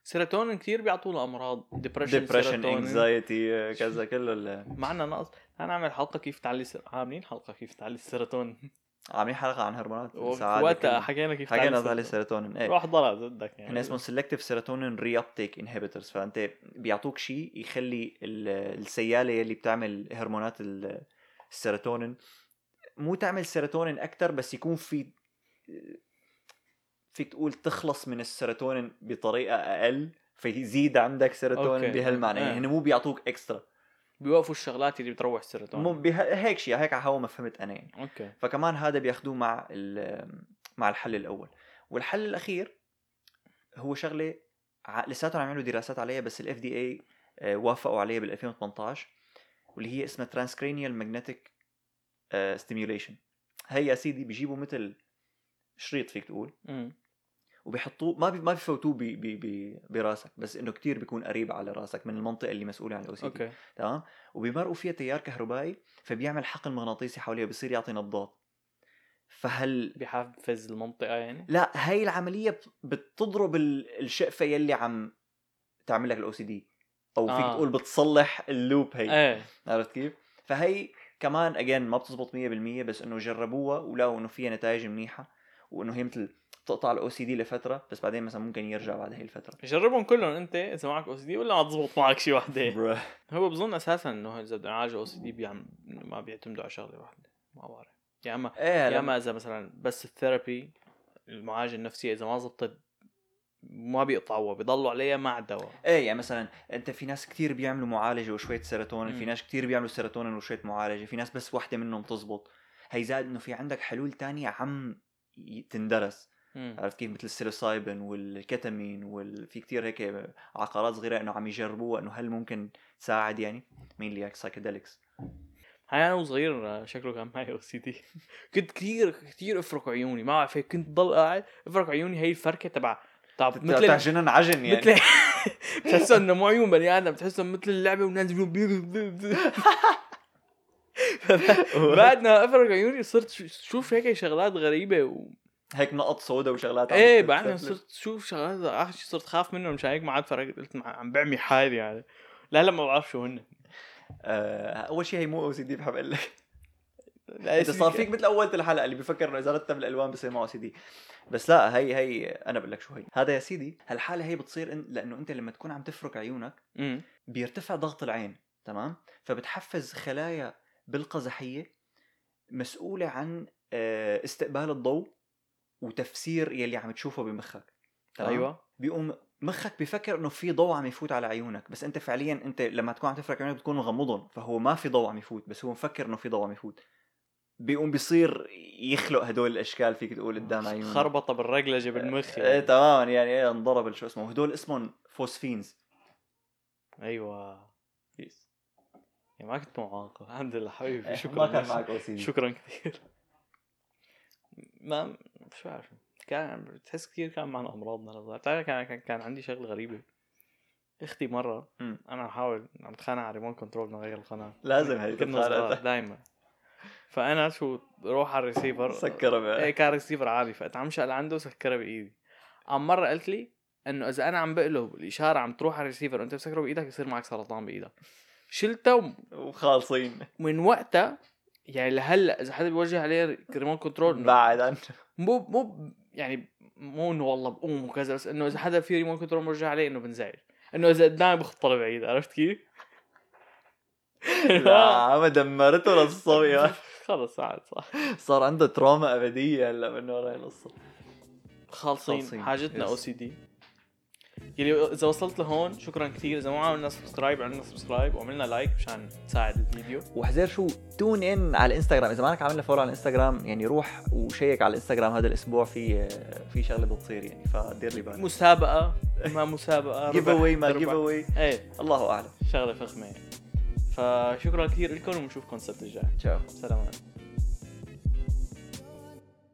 [SPEAKER 1] سيروتونين كثير بيعطونا امراض ديبرشن
[SPEAKER 2] ديبرشن انكزايتي آه، كذا كله ال-
[SPEAKER 1] معنا نقص تعال نعمل حلقه كيف تعلي السر... عاملين حلقه كيف تعلي السيروتونين
[SPEAKER 2] عاملين حلقة عن هرمونات
[SPEAKER 1] وقتها حكينا كيف
[SPEAKER 2] حكينا على السيروتونين ايه
[SPEAKER 1] روح ضلع زدك يعني
[SPEAKER 2] هن اسمهم سيلكتيف سيروتونين ري ابتيك انهبيتورز فانت بيعطوك شيء يخلي ال- السياله اللي بتعمل هرمونات ال- السيروتونين مو تعمل سيروتونين اكثر بس يكون في فيك تقول تخلص من السيروتونين بطريقه اقل فيزيد عندك سيروتونين
[SPEAKER 1] أوكي.
[SPEAKER 2] بهالمعنى يعني
[SPEAKER 1] إيه.
[SPEAKER 2] هن مو بيعطوك اكسترا
[SPEAKER 1] بيوقفوا الشغلات اللي بتروح السيروتونين
[SPEAKER 2] مو بها- هيك شيء هيك على هوا ما فهمت انا يعني
[SPEAKER 1] اوكي
[SPEAKER 2] فكمان هذا بياخدوه مع ال- مع الحل الاول والحل الاخير هو شغله ع- لساتهم عم يعملوا دراسات عليها بس الاف دي اي آه، وافقوا عليها بال 2018 واللي هي اسمها ترانسكرينيال ماجنتيك ستيميوليشن هي يا سيدي بيجيبوا مثل شريط فيك تقول
[SPEAKER 1] مم.
[SPEAKER 2] وبيحطوه ما بي ما بفوتوه ب- ب- ب- براسك بس انه كتير بيكون قريب على راسك من المنطقه اللي مسؤوله عن الاو سي
[SPEAKER 1] اوكي
[SPEAKER 2] تمام وبيمرقوا فيها تيار كهربائي فبيعمل حقن مغناطيسي حواليها بصير يعطي نبضات فهل
[SPEAKER 1] بحفز المنطقه يعني
[SPEAKER 2] لا هاي العمليه بت- بتضرب ال- الشقفه يلي عم تعمل لك الاو سي دي او فيك
[SPEAKER 1] آه.
[SPEAKER 2] تقول بتصلح اللوب هي
[SPEAKER 1] ايه
[SPEAKER 2] عرفت كيف فهي كمان اجين ما بتزبط 100% بس انه جربوها ولقوا انه فيها نتائج منيحه وانه هي مثل بتقطع الاو سي دي لفتره بس بعدين مثلا ممكن يرجع بعد هي الفتره
[SPEAKER 1] جربهم كلهم انت اذا معك او سي دي ولا ما تزبط معك شي وحده
[SPEAKER 2] بروح.
[SPEAKER 1] هو بظن اساسا انه اذا بده يعالج او سي دي بيعم... ما بيعتمدوا على شغله وحده ما بعرف يا اما
[SPEAKER 2] ايه
[SPEAKER 1] يا
[SPEAKER 2] لما-
[SPEAKER 1] اما اذا مثلا بس الثيرابي المعالجه النفسيه اذا ما زبطت ما بيقطعوها بيضلوا عليها مع الدواء
[SPEAKER 2] ايه يعني مثلا انت في ناس كتير بيعملوا معالجه وشويه سيروتونين
[SPEAKER 1] مم.
[SPEAKER 2] في ناس كتير بيعملوا سيروتونين وشويه معالجه في ناس بس واحده منهم تزبط هي زائد انه في عندك حلول تانية عم ي- تندرس
[SPEAKER 1] مم.
[SPEAKER 2] عرفت كيف مثل السيلوسايبين والكتامين وفي كتير هيك عقارات صغيره انه عم يجربوها انه هل ممكن تساعد يعني مين اللي هيك سايكيدلكس
[SPEAKER 1] هاي انا وصغير آه، شكله كان معي او سي دي كنت كثير كثير افرك عيوني ما بعرف هيك كنت ضل قاعد افرك عيوني هي الفركه تبع تبع
[SPEAKER 2] بتاع
[SPEAKER 1] مثل
[SPEAKER 2] جنن عجن يعني
[SPEAKER 1] مثل بتحسهم انه مو عيون بني ادم بتحسهم مثل اللعبه ونازلين بعد ما افرك عيوني صرت ش- شوف هيك شغلات غريبه و...
[SPEAKER 2] هيك نقط سودا وشغلات عم
[SPEAKER 1] ايه
[SPEAKER 2] تتلفلف.
[SPEAKER 1] بعدين صرت شوف شغلات اخر شيء صرت خاف منهم مشان هيك ما عاد فرقت قلت مع- عم بعمي حالي يعني لا لا ما بعرف شو هن
[SPEAKER 2] آه، اول شيء هي مو او سي دي بحب اقول لك
[SPEAKER 1] لا،
[SPEAKER 2] انت صار فيك مثل اول الحلقه اللي بفكر انه اذا رتب الالوان بصير معه سي دي بس لا هي هي انا بقول لك شو هي هذا يا سيدي هالحاله هي بتصير إن لانه انت لما تكون عم تفرك عيونك
[SPEAKER 1] أمم.
[SPEAKER 2] بيرتفع ضغط العين تمام فبتحفز خلايا بالقزحيه مسؤوله عن آه، استقبال الضوء وتفسير يلي عم تشوفه بمخك تمام؟
[SPEAKER 1] ايوه
[SPEAKER 2] بيقوم مخك بيفكر انه في ضوء عم يفوت على عيونك بس انت فعليا انت لما تكون عم تفرك عيونك بتكون مغمضهم فهو ما في ضوء عم يفوت بس هو مفكر انه في ضوء عم يفوت بيقوم بيصير يخلق هدول الاشكال فيك تقول قدام عيونك
[SPEAKER 1] خربطه بالرجلجه بالمخ
[SPEAKER 2] ايه
[SPEAKER 1] يعني.
[SPEAKER 2] تماما يعني ايه انضرب شو اسمه هدول اسمهم فوسفينز
[SPEAKER 1] ايوه بيس يعني ما كنت معاقب الحمد لله حبيبي
[SPEAKER 2] إيه، ما كان
[SPEAKER 1] شكرا
[SPEAKER 2] معك او سي
[SPEAKER 1] شكرا كثير ما شو عارف كان بتحس كثير كان معنا امراض من الأمراض. بتعرف كان كان- كان عندي شغله غريبه اختي مره
[SPEAKER 2] مم.
[SPEAKER 1] انا عم بحاول عم بتخانق على ريموت كنترول نغير القناه
[SPEAKER 2] لازم هيك
[SPEAKER 1] كنا
[SPEAKER 2] الحالة.
[SPEAKER 1] دائما فانا شو روح على الريسيفر
[SPEAKER 2] سكرها
[SPEAKER 1] ايه
[SPEAKER 2] بقى
[SPEAKER 1] كان ريسيفر عالي فاتعمشق لعنده وسكرها بايدي قام مره قالت لي انه اذا انا عم بقلب الاشاره عم تروح على الريسيفر وانت مسكره بايدك يصير معك سرطان بايدك شلتها
[SPEAKER 2] وخالصين
[SPEAKER 1] ومن وقتها يعني لهلا اذا حدا بيوجه عليه ريموت كنترول
[SPEAKER 2] بعد عن
[SPEAKER 1] مو مو يعني مو انه والله بقوم وكذا بس انه اذا حدا في ريموت كنترول مرجع عليه انه بنزعج انه اذا قدامي بخطر بعيد عرفت كيف؟
[SPEAKER 2] لا ما دمرته للصبي
[SPEAKER 1] خلص عاد صح
[SPEAKER 2] صار عنده تروما ابديه هلا من ورا هاي القصه
[SPEAKER 1] خالصين
[SPEAKER 2] خالصين.
[SPEAKER 1] حاجتنا
[SPEAKER 2] Yes.
[SPEAKER 1] او سي دي يلي اذا وصلت لهون شكرا كثير اذا ما عملنا سبسكرايب عملنا سبسكرايب وعملنا لايك مشان تساعد الفيديو
[SPEAKER 2] وحذر شو تون ان على الانستغرام اذا مانك عامل فولو على الانستغرام يعني روح وشيك على الانستغرام هذا الاسبوع في في شغله بتصير يعني فدير لي بالك
[SPEAKER 1] مسابقه ما مسابقه
[SPEAKER 2] جيف
[SPEAKER 1] ربح،
[SPEAKER 2] اواي ما
[SPEAKER 1] ربح.
[SPEAKER 2] جيف اواي
[SPEAKER 1] ايه
[SPEAKER 2] الله اعلم
[SPEAKER 1] شغله فخمه فشكرا كثير لكم ونشوفكم السبت الجاي
[SPEAKER 2] تشاو
[SPEAKER 1] سلام عليكم